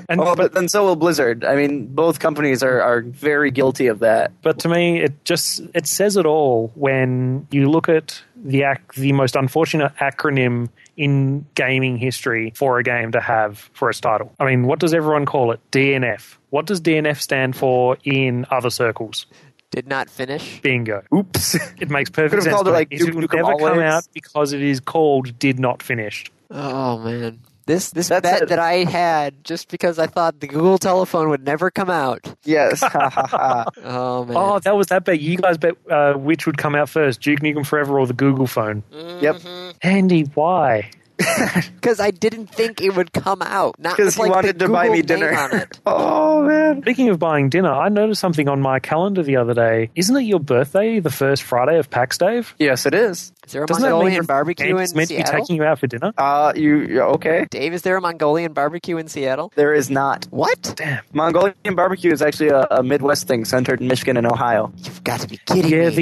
S3: and
S2: Oh,
S3: but
S2: but then so will Blizzard. I mean, both companies are, are very guilty of that.
S3: but to me, it just it says it all when you look at the ac- the most unfortunate acronym in gaming history for a game to have for its title. I mean, what does everyone call it? DNF. What does DNF stand for in other circles?
S1: Did not finish.
S3: Bingo.
S2: Oops.
S3: It makes perfect
S2: Could've
S3: sense.
S2: called it,
S3: but
S2: like, Duke
S3: it will
S2: Nukem
S3: never come
S2: Always.
S3: out because it is called "Did Not Finished."
S1: Oh man. This this
S2: That's
S1: bet
S2: it.
S1: that I had just because I thought the Google telephone would never come out.
S2: yes. Ha, ha, ha.
S1: Oh man.
S3: Oh, that was that bet. You guys bet uh, which would come out first, Duke Nukem Forever or the Google phone?
S2: yep.
S3: Andy, why?
S1: because I didn't think it would come out. Not because
S2: Because he
S1: like,
S2: wanted
S1: the
S2: to buy
S1: Google
S2: me
S1: name
S2: dinner.
S1: on it.
S2: oh, man.
S3: Speaking of buying dinner, I noticed something on my calendar the other day. Isn't it your birthday, the first Friday of PAX, Dave?
S2: Yes, it is.
S1: Is there a
S3: Doesn't that mean
S1: Mongolian
S3: your
S1: barbecue in
S3: Andy's meant to be
S1: Seattle?
S3: taking you out for dinner?
S2: Uh, you, you're okay?
S1: Dave, is there a Mongolian barbecue in Seattle?
S2: There is not.
S1: What?
S3: Damn.
S2: Mongolian barbecue is actually a, a Midwest thing centered in Michigan and Ohio.
S1: You've got to be kidding
S3: Yeah,
S1: me.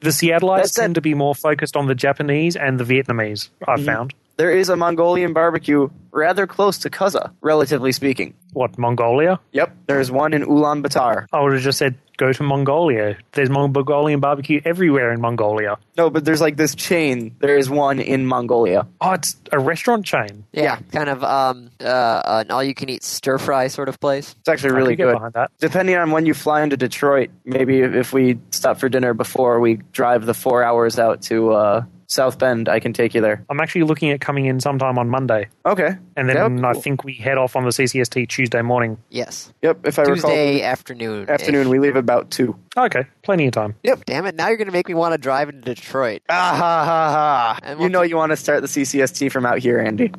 S3: the the Seattleites
S2: That's
S3: tend
S2: that-
S3: to be more focused on the Japanese and the Vietnamese.
S1: Mm-hmm.
S3: I've found
S2: There is a Mongolian barbecue rather close to Kaza, relatively speaking.
S3: what Mongolia.
S2: Yep, there is one in Ulaanbaatar.
S3: I would have just said go to Mongolia. There's Mongolian barbecue everywhere in Mongolia.
S2: No, but there's like this chain. There is one in Mongolia.
S3: Oh, it's a restaurant chain.
S1: yeah,
S2: yeah.
S1: kind of um, uh, an all-you-can-eat stir fry sort of place.
S2: It's actually really
S3: I can get
S2: good.
S3: behind that.
S2: Depending on when you fly into Detroit, maybe if- if we stop for dinner before we drive the four hours out to uh, South Bend, I can take you there.
S3: I'm actually looking at coming in sometime on Monday.
S2: Okay.
S3: And then
S2: That would be
S3: I
S2: cool.
S3: think we head off on the CCST Tuesday morning.
S1: Yes,
S2: Yep, if I recall.
S1: Tuesday afternoon.
S2: Afternoon, we leave about two.
S3: Okay, plenty of time.
S1: Yep. Damn it! Now you're gonna make me want to drive into Detroit.
S2: Ah ha ha ha!
S1: And
S2: You
S1: we'll-
S2: know you want to start the CCST from out here, Andy.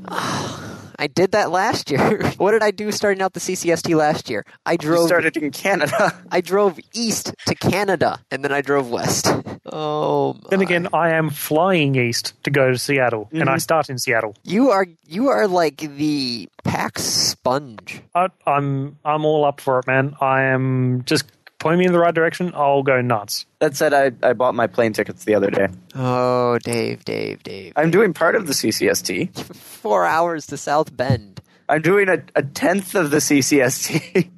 S1: I did that last year. what did I do starting out the CCST last year? I
S2: You
S1: drove.
S2: started in Canada.
S1: I drove east to Canada, and then I drove west. Oh.
S3: Then
S1: my.
S3: again, I am flying east to go to Seattle, and I start in Seattle.
S1: You are you are like the PAX sponge.
S3: I, I'm I'm all up for it, man. I am just point me in the right direction. I'll go nuts.
S2: That said, I, I bought my plane tickets the other day.
S1: Oh, Dave, Dave, Dave.
S2: I'm doing part of the CCST.
S1: Four hours to South Bend.
S2: I'm doing a, a tenth of the CCST.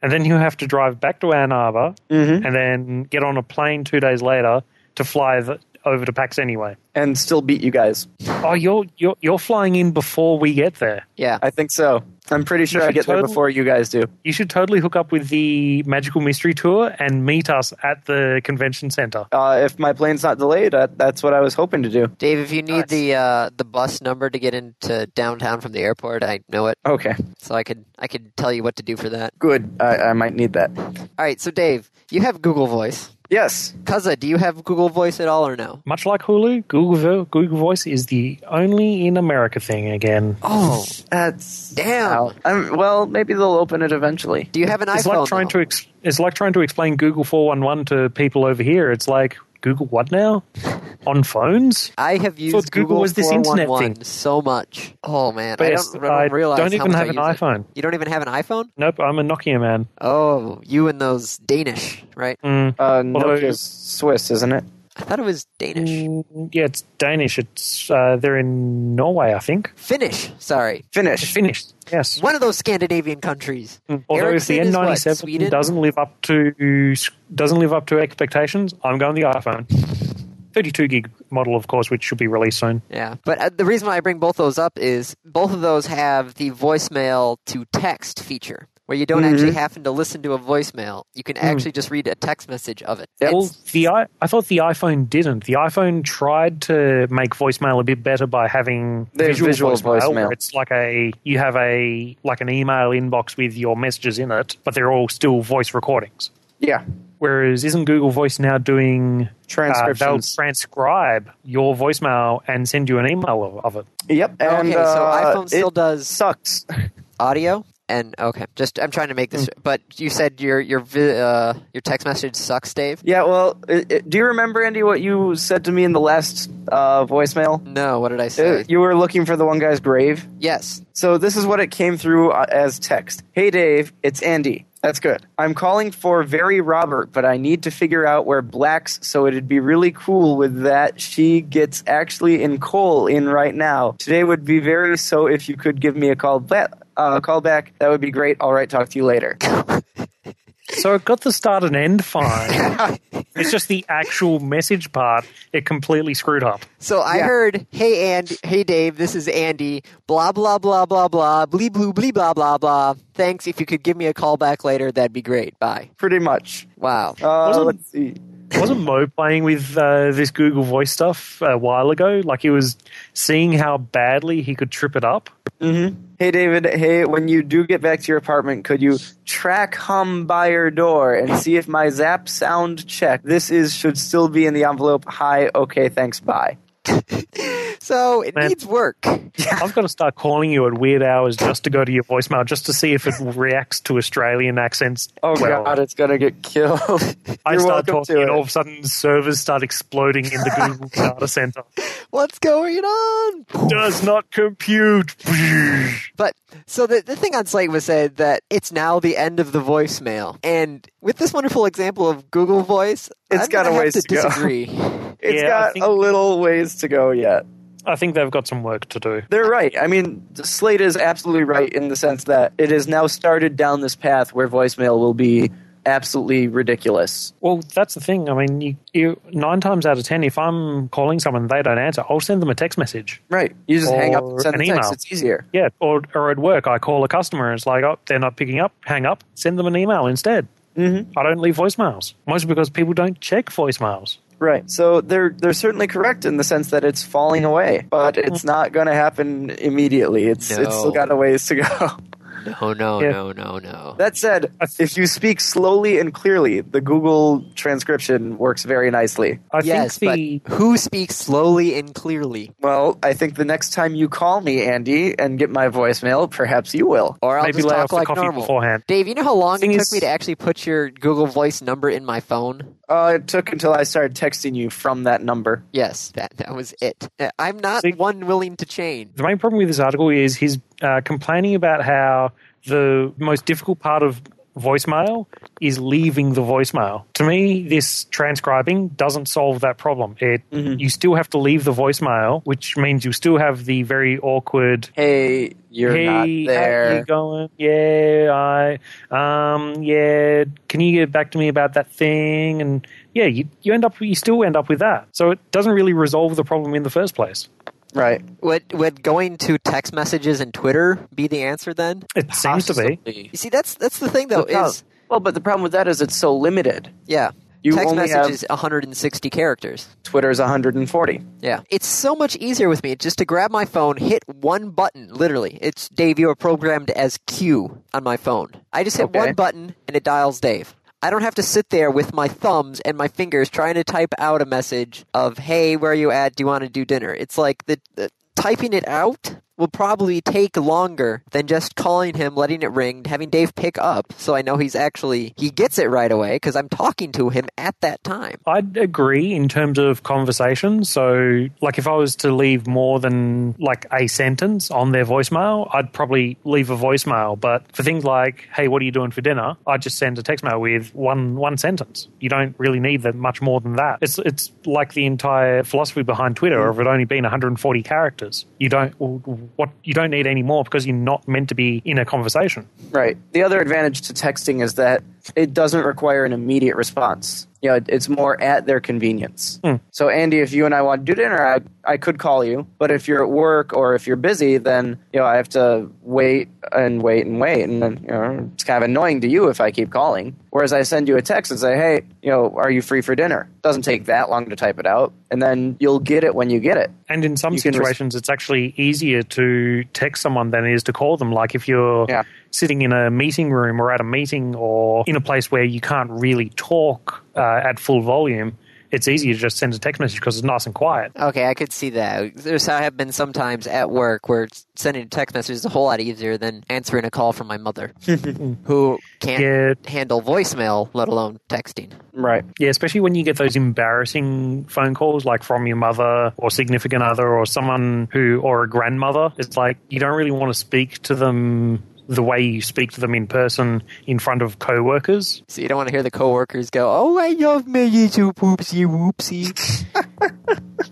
S3: And then you have to drive back to Ann Arbor, and then get on a plane two days later to fly the, over to PAX anyway.
S2: and still beat you guys.
S3: Oh, you're you're you're flying in before we get there.
S1: Yeah.
S2: I think so. I'm pretty sure I
S3: should
S2: get there
S3: total-
S2: before you guys do.
S3: You should totally hook up with the Magical Mystery Tour and meet us at the convention center.
S2: Uh, if my plane's not delayed, uh, that's what I was hoping to do.
S1: Dave, if you need the uh, the bus number to get into downtown from the airport, I know it,
S2: Okay,
S1: so I could I could tell you what to do for that.
S2: good. I, I might need that.
S1: All right, so Dave, you have Google Voice.
S2: Yes,
S1: Kaza, do you have Google Voice at all or no?
S3: Much like Hulu, Google Vo- Google Voice is the only in America thing again.
S1: Oh,
S2: that's
S1: Damn.
S2: Ow. I'm, Um, well, maybe they'll open it eventually.
S1: do you have an
S3: It's
S1: iPhone?
S3: like trying
S1: though?
S3: to ex- it's like trying to explain Google four one one to people over here. It's like Google what now on phones?
S1: I have used
S3: it's Google was this internet
S1: 411
S3: thing.
S1: so much. Oh man,
S3: But
S1: I
S3: yes,
S1: don't, I don't
S3: I
S1: realize
S3: don't
S1: how
S3: even
S1: much
S3: have
S1: I
S3: an
S1: use it.
S3: iPhone.
S1: You don't even have an iPhone?
S3: Nope, I'm a Nokia man.
S1: Oh, you and those Danish, right?
S3: Mm.
S2: Uh,
S3: Although-
S2: Nokia's Swiss, isn't it?
S1: I thought it was Danish.
S3: Mm, Yeah, it's Danish. It's uh, they're in Norway, I think.
S1: Finnish, sorry.
S2: Finnish.
S3: Finnish. Yes.
S1: One of those Scandinavian countries.
S2: Mm.
S3: Although
S1: Ericsson
S3: if
S1: is
S3: the
S1: what,
S3: N97
S1: Sweden?
S3: doesn't live up to doesn't live up to expectations, I'm going the iPhone. 32 gig model, of course, which should be released soon.
S1: Yeah. But uh, the reason why I bring both those up is both of those have the voicemail to text feature. where you don't
S2: Mm-hmm.
S1: actually happen to listen to a voicemail. You can actually just read a text message of it.
S2: Mm. Yep.
S3: Well, the I, I thought the iPhone didn't. The iPhone tried to make voicemail a bit better by having
S2: They have
S3: visual,
S2: visual
S3: voicemail.
S2: voicemail.
S3: where it's like a you have a like an email inbox with your messages in it, but they're all still voice recordings.
S2: Yeah.
S3: Whereas isn't Google Voice now doing
S2: Transcriptions.
S3: Uh, they'll transcribe your voicemail and send you an email of, of it.
S2: Yep. And,
S1: okay, so
S2: uh,
S1: iPhone still
S2: it
S1: does
S2: sucks.
S1: audio and okay. Just I'm trying to make
S2: Mm.
S1: this, but you said your your vi- uh, your text message sucks, Dave.
S2: Yeah. Well, it, it- do you remember Andy what you said to me in the last uh, voicemail?
S1: No, what did I
S2: Uh,
S1: say?
S2: you were looking for the one guy's grave.
S1: yes,
S2: So this is what it came through uh, as text. Hey Dave, it's Andy. That's good. I'm calling for very Robert, but I need to figure out where blacks, so it'd be really cool with that she gets actually in coal in right now. Today would be very so if you could give me a call back. Uh, call back. That would be great. All right, talk to you later.
S3: So it got the start and end fine. it's just the actual message part it completely screwed up.
S1: So I
S2: Yeah.
S1: heard, hey and hey Dave, this is Andy. Blah blah blah blah blah. Blee blue blee blah blah blah. Thanks. If you could give me a call back later, that'd be great. Bye.
S2: Pretty much.
S1: Wow.
S2: Uh,
S3: Wasn't-
S2: let's see.
S3: Wasn't Mo playing with uh, this Google Voice stuff a while ago? Like he was seeing how badly he could trip it up.
S2: Hey David, hey, when you do get back to your apartment, could you track hum by your door and see if my zap sound check this is should still be in the envelope. Hi, okay, thanks, bye.
S1: So it
S3: Man.
S1: needs work.
S3: I've got to start calling you at weird hours just to go to your voicemail, just to see if it reacts to Australian accents.
S2: Oh
S3: well.
S2: god, it's gonna get killed.
S3: I
S2: You're
S3: start
S2: welcome
S3: talking,
S2: to
S3: and all
S2: it.
S3: of a sudden, servers start exploding in the Google data center.
S1: What's going on?
S3: Does not compute.
S1: But so the, the thing on Slate was said that it's now the end of the voicemail. And with this wonderful example of Google Voice,
S2: It's
S1: I'm
S2: got a
S1: gonna have
S2: ways
S1: to,
S2: to go.
S1: disagree.
S2: It's
S3: Yeah, I
S2: got
S3: think-
S2: a little ways to go yet.
S3: I think they've got some work to do.
S2: They're right. I mean, Slate is absolutely right in the sense that it has now started down this path where voicemail will be absolutely ridiculous.
S3: Well, that's the thing. I mean, you, you nine times out of ten, if I'm calling someone and they don't answer, I'll send them a text message.
S2: Right. You just hang up and
S3: Or
S2: send
S3: an
S2: a text.
S3: email.
S2: It's easier.
S3: Yeah, or, or at work, I call a customer and it's like, oh, they're not picking up, hang up, send them an email instead. Mm-hmm. I don't leave voicemails, mostly because people don't check voicemails.
S2: Right. So they're they're certainly correct in the sense that it's falling away, but it's not going to happen immediately. It's it's still
S1: No.
S2: got a ways to go.
S1: No, no,
S3: Yeah.
S1: no, no, no.
S2: That said, if you speak slowly and clearly, the Google transcription works very nicely.
S3: I
S1: yes,
S3: think the.
S1: but who speaks slowly and clearly?
S2: Well, I think the next time you call me, Andy, and get my voicemail, perhaps you will.
S1: Or I'll
S3: Maybe
S1: just
S3: lay
S1: talk
S3: off the
S1: like
S3: coffee
S1: normal.
S3: beforehand.
S1: Dave, you know how long it
S3: Thing
S1: took
S3: is-
S1: me to actually put your Google Voice number in my phone?
S2: Uh, it took until I started texting you from that number.
S1: Yes, that that was it. Uh, I'm not
S3: See-
S1: one willing to change.
S3: the main problem with this article is he's uh, complaining about how the most difficult part of voicemail is leaving the voicemail. To me, this transcribing doesn't solve that problem. It
S1: Mm-hmm.
S3: you still have to leave the voicemail, which means you still have the very awkward
S2: Hey, you're
S3: hey,
S2: not
S3: How
S2: there.
S3: you going? Yeah, I um yeah, can you get back to me about that thing? And yeah, you, you end up you still end up with that. So it doesn't really resolve the problem in the first place.
S2: Right.
S1: Would would going to text messages and Twitter be the answer then?
S3: It seems to be.
S2: Possibly.
S1: You see, that's that's the thing though.
S2: No.
S1: Is
S2: well, but the problem with that is it's so limited.
S1: yeah,
S2: You
S1: text
S2: only
S1: message
S2: have-
S1: is 160 characters.
S2: Twitter's 140.
S1: Yeah, it's so much easier with me just to grab my phone, hit one button. Literally, it's Dave. You are programmed as Q on my phone. I just hit
S2: Okay.
S1: one button and it dials Dave. I don't have to sit there with my thumbs and my fingers trying to type out a message of "Hey, where are you at? Do you want to do dinner?" It's like the, the typing it out will probably take longer than just calling him, letting it ring, having Dave pick up, so I know he's actually he gets it right away because I'm talking to him at that time.
S3: I'd agree in terms of conversation. So, like, if I was to leave more than like a sentence on their voicemail, I'd probably leave a voicemail. But for things like, "Hey, what are you doing for dinner?" I just send a text mail with one one sentence. You don't really need that much more than that. It's it's like the entire philosophy behind Twitter of it only being 140 characters. You don't what you don't need any more because you're not meant to be in a conversation.
S2: Right. The other advantage to texting is that it doesn't require an immediate response. You know, it- it's more at their convenience. So, Andy, if you and I want to do dinner, I, I could call you. But if you're at work or if you're busy, then, you know, I have to wait and wait and wait. And then, you know, it's kind of annoying to you if I keep calling. Whereas I send you a text and say, hey, you know, are you free for dinner? Doesn't take that long to type it out. And then you'll get it when you get it.
S3: And in some
S2: You can res-
S3: situations, it's actually easier to text someone than it is to call them. Like if you're
S2: Yeah.
S3: sitting in a meeting room or at a meeting or in a place where you can't really talk uh, at full volume, it's easier to just send a text message because it's nice and quiet.
S1: Okay, I could see that. There's I have been sometimes at work where s- sending a text message is a whole lot easier than answering a call from my mother, who can't
S3: Yeah,
S1: handle voicemail, let alone texting.
S2: Right.
S3: yeah, especially when you get those embarrassing phone calls, like from your mother or significant other or someone who, or a grandmother. It's like you don't really want to speak to them the way you speak to them in person in front of coworkers.
S1: So you don't want to hear the coworkers go, "Oh, I love my little poopsie whoopsie."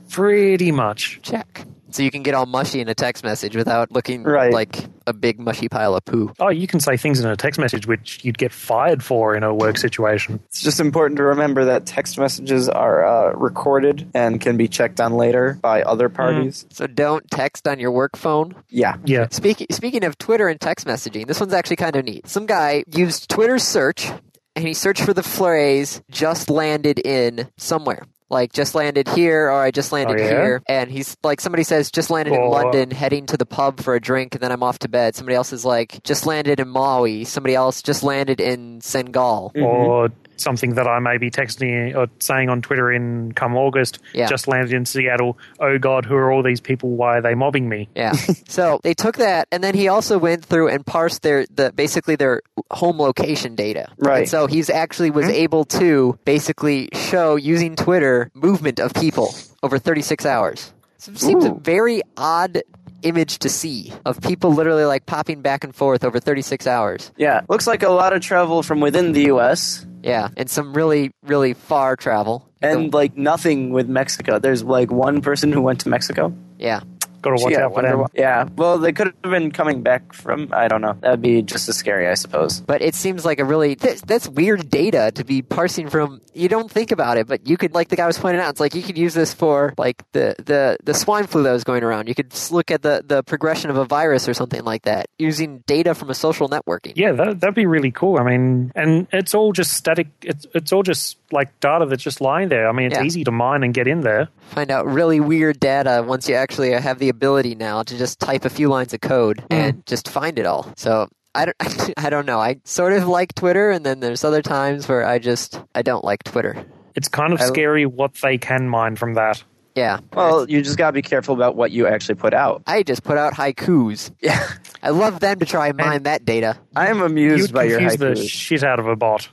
S3: Pretty much.
S1: Check. So you can get all mushy in a text message without looking
S2: Right.
S1: like a big mushy pile of poo.
S3: Oh, you can say things in a text message which you'd get fired for in a work situation.
S2: It's just important to remember that text messages are uh, recorded and can be checked on later by other
S3: Mm-hmm.
S2: parties.
S1: So don't text on your work phone.
S2: Yeah.
S3: Yeah.
S1: Speaking speaking of Twitter and text messaging, this one's actually kind of neat. Some guy used Twitter search and he searched for the phrase "just landed in somewhere." Like just landed here, or I just landed
S3: Oh, yeah?
S1: here, and he's like somebody says just landed in
S3: Or-
S1: London, heading to the pub for a drink, and then I'm off to bed. Somebody else is like just landed in Maui. Somebody else just landed in Senegal.
S3: Or something that I may be texting or saying on Twitter in come August,
S1: Yeah.
S3: just landed in Seattle. Oh God, who are all these people? Why are they mobbing me?
S1: Yeah. so they took that, and then he also went through and parsed their the basically their home location data.
S2: Right. Mm-hmm.
S1: And so he's actually was able to basically show using Twitter movement of people over 36 hours. So it seems a
S2: Ooh.
S1: very odd image to see of people literally like popping back and forth over 36 hours.
S2: Yeah. Looks like a lot of travel from within the U.S.
S1: Yeah, and some really really far travel.
S2: and like nothing with Mexico. There's like one person who went to Mexico.
S1: yeah.
S3: Got to watch
S2: yeah,
S3: out for
S2: wonder
S3: them.
S2: why- yeah. Well, they could have been coming back from. I don't know. That'd be just as scary, I suppose.
S1: But it seems like a really th- that's weird data to be parsing from. You don't think about it, but you could, like the guy was pointing out, it's like you could use this for like the the the swine flu that was going around. You could s- look at the the progression of a virus or something like that using data from a social networking.
S3: Yeah, that, that'd be really cool. I mean, and it's all just static. It's it's all just like data that's just lying there. I mean, it's
S1: Yeah.
S3: easy to mine and get in there.
S1: Find out really weird data once you actually have the ability now to just type a few lines of code and just find it all. So. I don't, I don't know. I sort of like Twitter, and then there's other times where I just I don't like Twitter.
S3: It's kind of
S2: I-
S3: scary what they can mine from that.
S1: Yeah.
S2: Well, you just gotta be careful about what you actually put out.
S1: I just put out haikus.
S2: Yeah.
S1: I love them to try and mine that data,
S2: I am
S3: You
S2: amused by your
S3: confuse the
S2: haikus.
S3: shit out of a bot.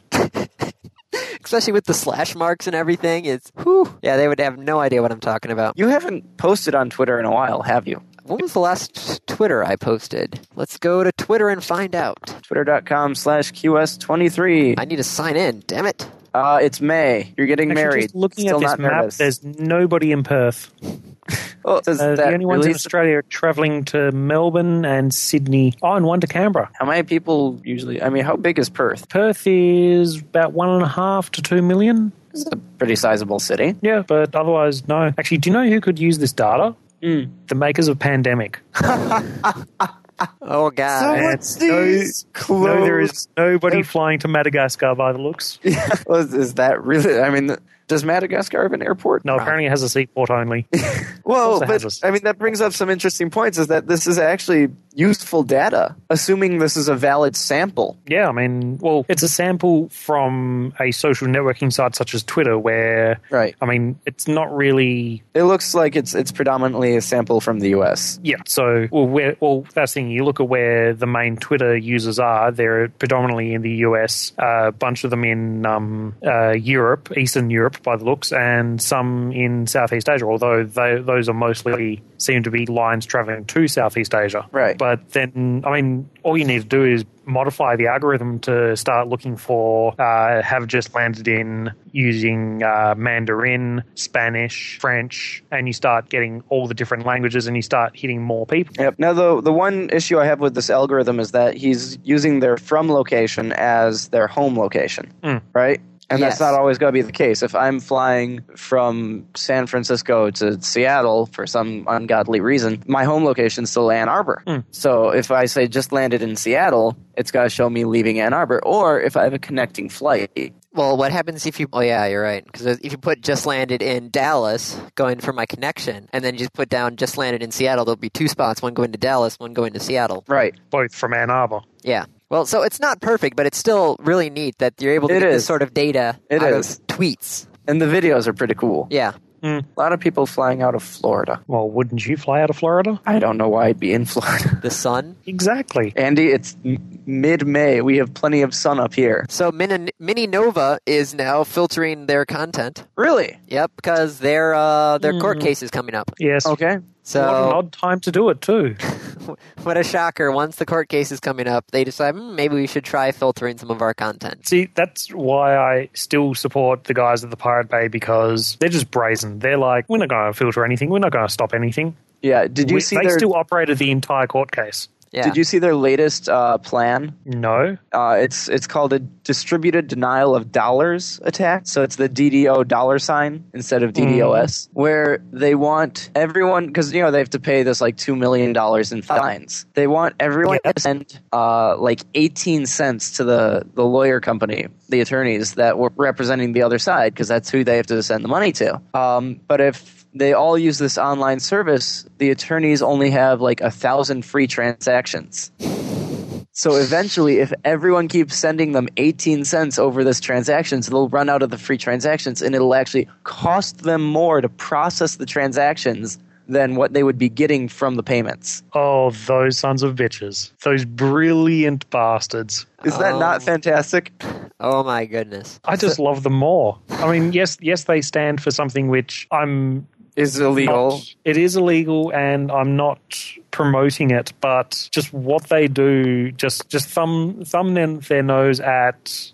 S1: especially with the slash marks and everything. It's whew. Yeah, they would have no idea what I'm talking about.
S2: you haven't posted on Twitter in a while, have you?
S1: When was the last Twitter I posted? Let's go to Twitter and find out.
S2: Twitter.com slash QS23.
S1: I need to sign in. Damn it!
S2: Uh, it's May. You're getting
S3: Actually,
S2: married.
S3: just looking
S2: Still
S3: at this
S2: not
S3: map,
S2: nervous.
S3: there's nobody in Perth.
S2: oh, does
S3: Uh,
S2: that
S3: the only ones in
S2: release-
S3: Australia are travelling to Melbourne and Sydney. Oh, and one to Canberra.
S2: How many people usually? I mean, how big is Perth?
S3: Perth is about one and a half to two million.
S2: It's a pretty sizable city.
S3: Yeah, but otherwise, no. Actually, do you know who could use this data?
S2: Hmm.
S3: The makers of Pandemic.
S1: Oh god.
S3: Someone-
S2: What's these clothes?
S3: Uh, No, there is nobody
S2: Nope.
S3: flying to Madagascar by the looks.
S2: Was- is that really? I mean, does Madagascar have an airport?
S3: No, apparently it has a seaport only.
S2: Well,
S3: also
S2: but
S3: has a-
S2: I mean, that brings up some interesting points. Is that this is actually useful data, assuming this is a valid sample?
S3: yeah, I mean, well, it's a sample from a social networking site such as Twitter where,
S2: Right.
S3: I mean, it's not really
S2: It looks like it's it's predominantly a sample from the U.S.
S3: Yeah. So, well, where, well, that's the thing. You look at where the main Twitter users are. They're predominantly in the US. A bunch of them in um, uh, Europe, Eastern Europe, Europe by the looks, and some in Southeast Asia. Although they, those are mostly seem to be lines traveling to Southeast Asia.
S2: Right.
S3: But then, I mean, all you need to do is modify the algorithm to start looking for uh, have just landed in using uh, Mandarin, Spanish, French, and you start getting all the different languages, and you start hitting more people.
S2: Yep. Now, the the one issue I have with this algorithm is that he's using their from location as their home location, right? And
S1: Yes.
S2: that's not always going to be the case. If I'm flying from San Francisco to Seattle for some ungodly reason, my home location is still Ann Arbor. So if I say just landed in Seattle, it's going to show me leaving Ann Arbor. Or if I have a connecting flight,
S1: Well, what happens if you? Oh yeah, you're right. Because if you put just landed in Dallas, going for my connection, and then you just put down just landed in Seattle, there'll be two spots: one going to Dallas, one going to Seattle.
S2: right?
S3: Both from Ann Arbor.
S1: Yeah. Well, so it's not perfect, but it's still really neat that you're able to
S2: It
S1: get this
S2: is.
S1: sort of data
S2: It
S1: out
S2: is.
S1: of tweets.
S2: And the videos are pretty cool.
S1: Yeah.
S2: A lot of people flying out of Florida.
S3: Well, wouldn't you fly out of Florida?
S2: I don't know why I'd be in Florida.
S1: The sun.
S3: Exactly.
S2: Andy, it's m- mid-May. We have plenty of sun up here.
S1: So Min- Mini Nova is now filtering their content.
S2: Really?
S1: Yep, because their uh, their court case is coming up.
S3: Yes.
S2: Okay.
S1: So
S3: what an odd time to do it too.
S1: What a shocker. Once the court case is coming up, they decide hmm, maybe we should try filtering some of our content.
S3: See, that's why I still support the guys at the Pirate Bay because they're just brazen. They're like, we're not going to filter anything. We're not going to stop anything.
S2: Yeah. Did you
S3: We-
S2: see
S3: they
S2: their
S3: still operated the entire court case.
S1: Yeah.
S2: Did you see their latest uh, plan?
S3: No,
S2: Uh, it's it's called a distributed denial of dollars attack. So it's the DDO dollar sign instead of DDoS, where they want everyone because you know they have to pay this like two million dollars in fines. They want everyone
S3: Yep.
S2: to send uh, like eighteen cents to the the lawyer company, the attorneys that were representing the other side, because that's who they have to send the money to. Um, but if they all use this online service, the attorneys only have like a thousand free transactions. So eventually, if everyone keeps sending them 18 cents over this transactions, they'll run out of the free transactions and it'll actually cost them more to process the transactions than what they would be getting from the payments.
S3: oh, those sons of bitches, those brilliant bastards.
S2: Is that
S1: Oh.
S2: not fantastic?
S1: oh my goodness.
S3: I just love them more. I mean, yes, yes, they stand for something which I'm
S2: Is
S3: not- it is illegal, and I'm not promoting it. But just what they do, just just thumb thumb their- their nose at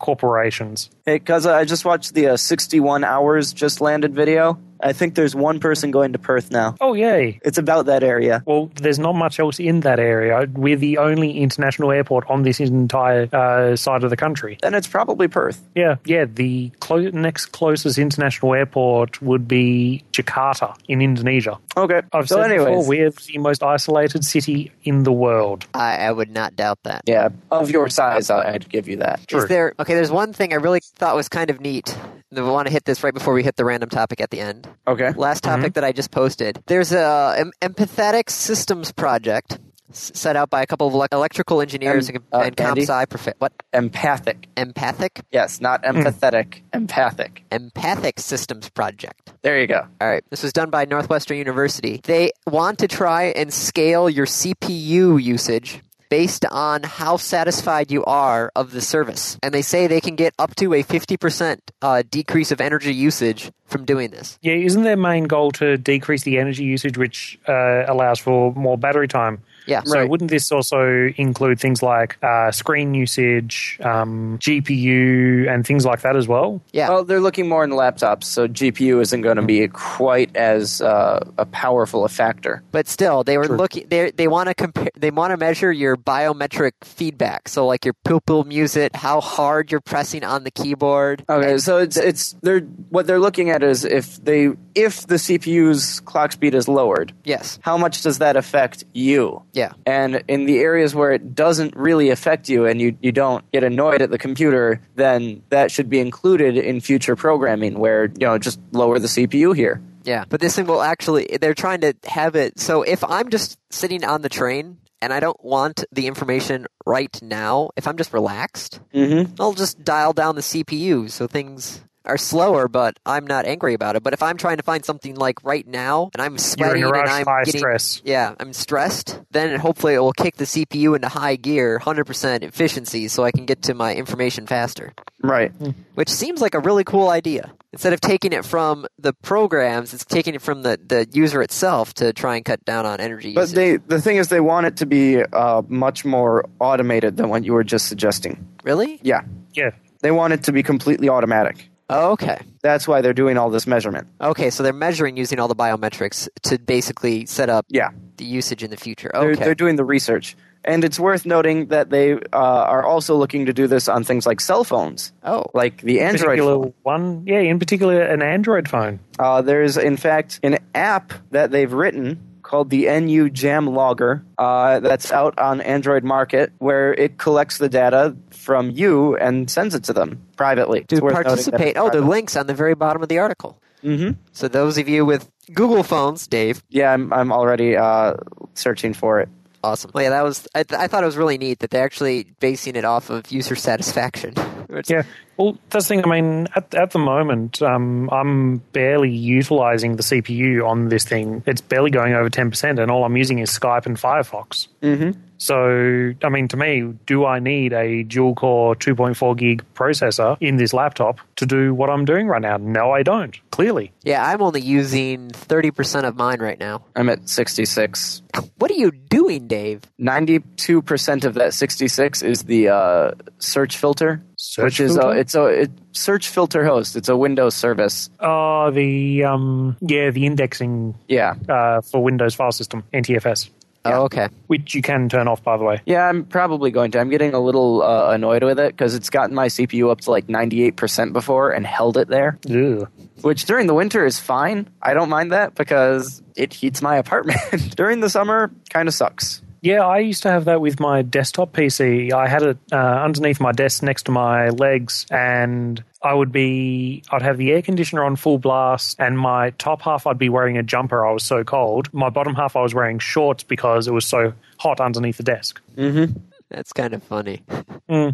S3: corporations.
S2: Because I just watched the uh, 61 hours just landed video. I think there's one person going to Perth now.
S3: Oh yay!
S2: It's about that area.
S3: Well, there's not much else in that area. We're the only international airport on this entire uh, side of the country.
S2: Then it's probably Perth.
S3: Yeah, yeah. The clo- next closest international airport would be Jakarta in Indonesia.
S2: Okay.
S3: I've
S2: so,
S3: said before,
S2: anyways,
S3: we're the most isolated city in the world.
S1: I, I would not doubt that.
S2: yeah, of your size, I- I'd give you that.
S1: Is there okay? There's one thing I really thought was kind of neat. and I want to hit this right before we hit the random topic at the end.
S2: Okay.
S1: Last topic that I just posted. There's a em- empathetic systems project s- set out by a couple of elec electrical engineers
S2: Em-
S1: and,
S2: uh,
S1: and comp
S2: Andy?
S1: sci prof- what
S2: Empathic.
S1: empathic
S2: Yes, not empathetic. Empathic.
S1: empathic systems project.
S2: There you go.
S1: All right. This was done by Northwestern University. They want to try and scale your CPU usage based on how satisfied you are of the service. And they say they can get up to a 50% uh, decrease of energy usage from doing this.
S3: Yeah, isn't their main goal to decrease the energy usage, which uh, allows for more battery time?
S1: Yeah.
S3: So wouldn't this also include things like uh, screen usage, um, GPU, and things like that as well?
S1: Yeah.
S2: Well, they're looking more in laptops, so GPU isn't going to be quite as uh, a powerful a factor.
S1: But still, they were looking. They they want to compare. They want to measure your biometric feedback. So like your pupil music, how hard you're pressing on the keyboard.
S2: Okay, so it's it's they're what they're looking at is if they if the CPU's clock speed is lowered,
S1: Yes.
S2: how much does that affect you?
S1: Yeah.
S2: And in the areas where it doesn't really affect you and you, you don't get annoyed at the computer, then that should be included in future programming where, you know, just lower the CPU here.
S1: Yeah. But this thing will actually. They're trying to have it. So if I'm just sitting on the train and I don't want the information right now, if I'm just relaxed,
S2: Mm-hmm.
S1: I'll just dial down the CPU so things are slower, but I'm not angry about it. But if I'm trying to find something like right now and I'm sweating
S3: rush,
S1: and
S3: high
S1: I'm getting,
S3: stress.
S1: yeah, I'm stressed, then hopefully it will kick the CPU into high gear, 100% efficiency, so I can get to my information faster.
S2: Right.
S1: Which seems like a really cool idea. Instead of taking it from the programs, it's taking it from the, the user itself to try and cut down on energy
S2: But
S1: usage.
S2: they the thing is they want it to be uh, much more automated than what you were just suggesting.
S1: really?
S2: Yeah.
S3: Yeah.
S2: They want it to be completely automatic.
S1: Oh, okay.
S2: That's why they're doing all this measurement.
S1: Okay, so they're measuring using all the biometrics to basically set up
S2: Yeah.
S1: the usage in the future.
S2: They're,
S1: Okay.
S2: they're doing the research. And it's worth noting that they uh, are also looking to do this on things like cell phones,
S1: oh,
S2: like the Android.
S3: particular
S2: phone.
S3: one, yeah, in particular an Android phone.
S2: Uh, there's, in fact, an app that they've written called the NU Jam Logger uh, that's out on Android Market where it collects the data from you and sends it to them privately.
S1: to participate. Oh,
S2: the
S1: the links on the very bottom of the article.
S2: Mm-hmm.
S1: So those of you with Google phones, Dave,
S2: Yeah, I'm, I'm already uh, searching for it.
S1: awesome. Well, yeah, that was. I, th- I thought it was really neat that they're actually basing it off of user satisfaction. It's-
S3: Yeah. Well, that's the thing. I mean, at, at the moment, um, I'm barely utilizing the CPU on this thing. It's barely going over 10%, and all I'm using is Skype and Firefox.
S2: Mm-hmm.
S3: So, I mean, to me, do I need a dual core 2.4 gig processor in this laptop to do what I'm doing right now? No, I don't, clearly.
S1: yeah, I'm only using thirty percent of mine right now.
S2: I'm at 66.
S1: What are you doing, Dave?
S2: 92% of that 66 is the uh, search filter.
S3: Search
S2: which is a,
S3: filter?
S2: it's a it, search filter host. It's a Windows service.
S3: Uh, the, um, yeah, the indexing
S2: Yeah.
S3: uh, for Windows file system, NTFS,
S1: Oh, okay.
S3: which you can turn off, by the way.
S2: Yeah, I'm probably going to. I'm getting a little uh, annoyed with it because it's gotten my CPU up to like 98% before and held it there,
S3: Ugh.
S2: which during the winter is fine. I don't mind that because it heats my apartment. during the summer, kind of sucks.
S3: Yeah, I used to have that with my desktop PC. I had it uh, underneath my desk next to my legs, and I would be, I'd have the air conditioner on full blast, and my top half I'd be wearing a jumper. I was so cold. My bottom half I was wearing shorts because it was so hot underneath the desk.
S1: That's kind of funny.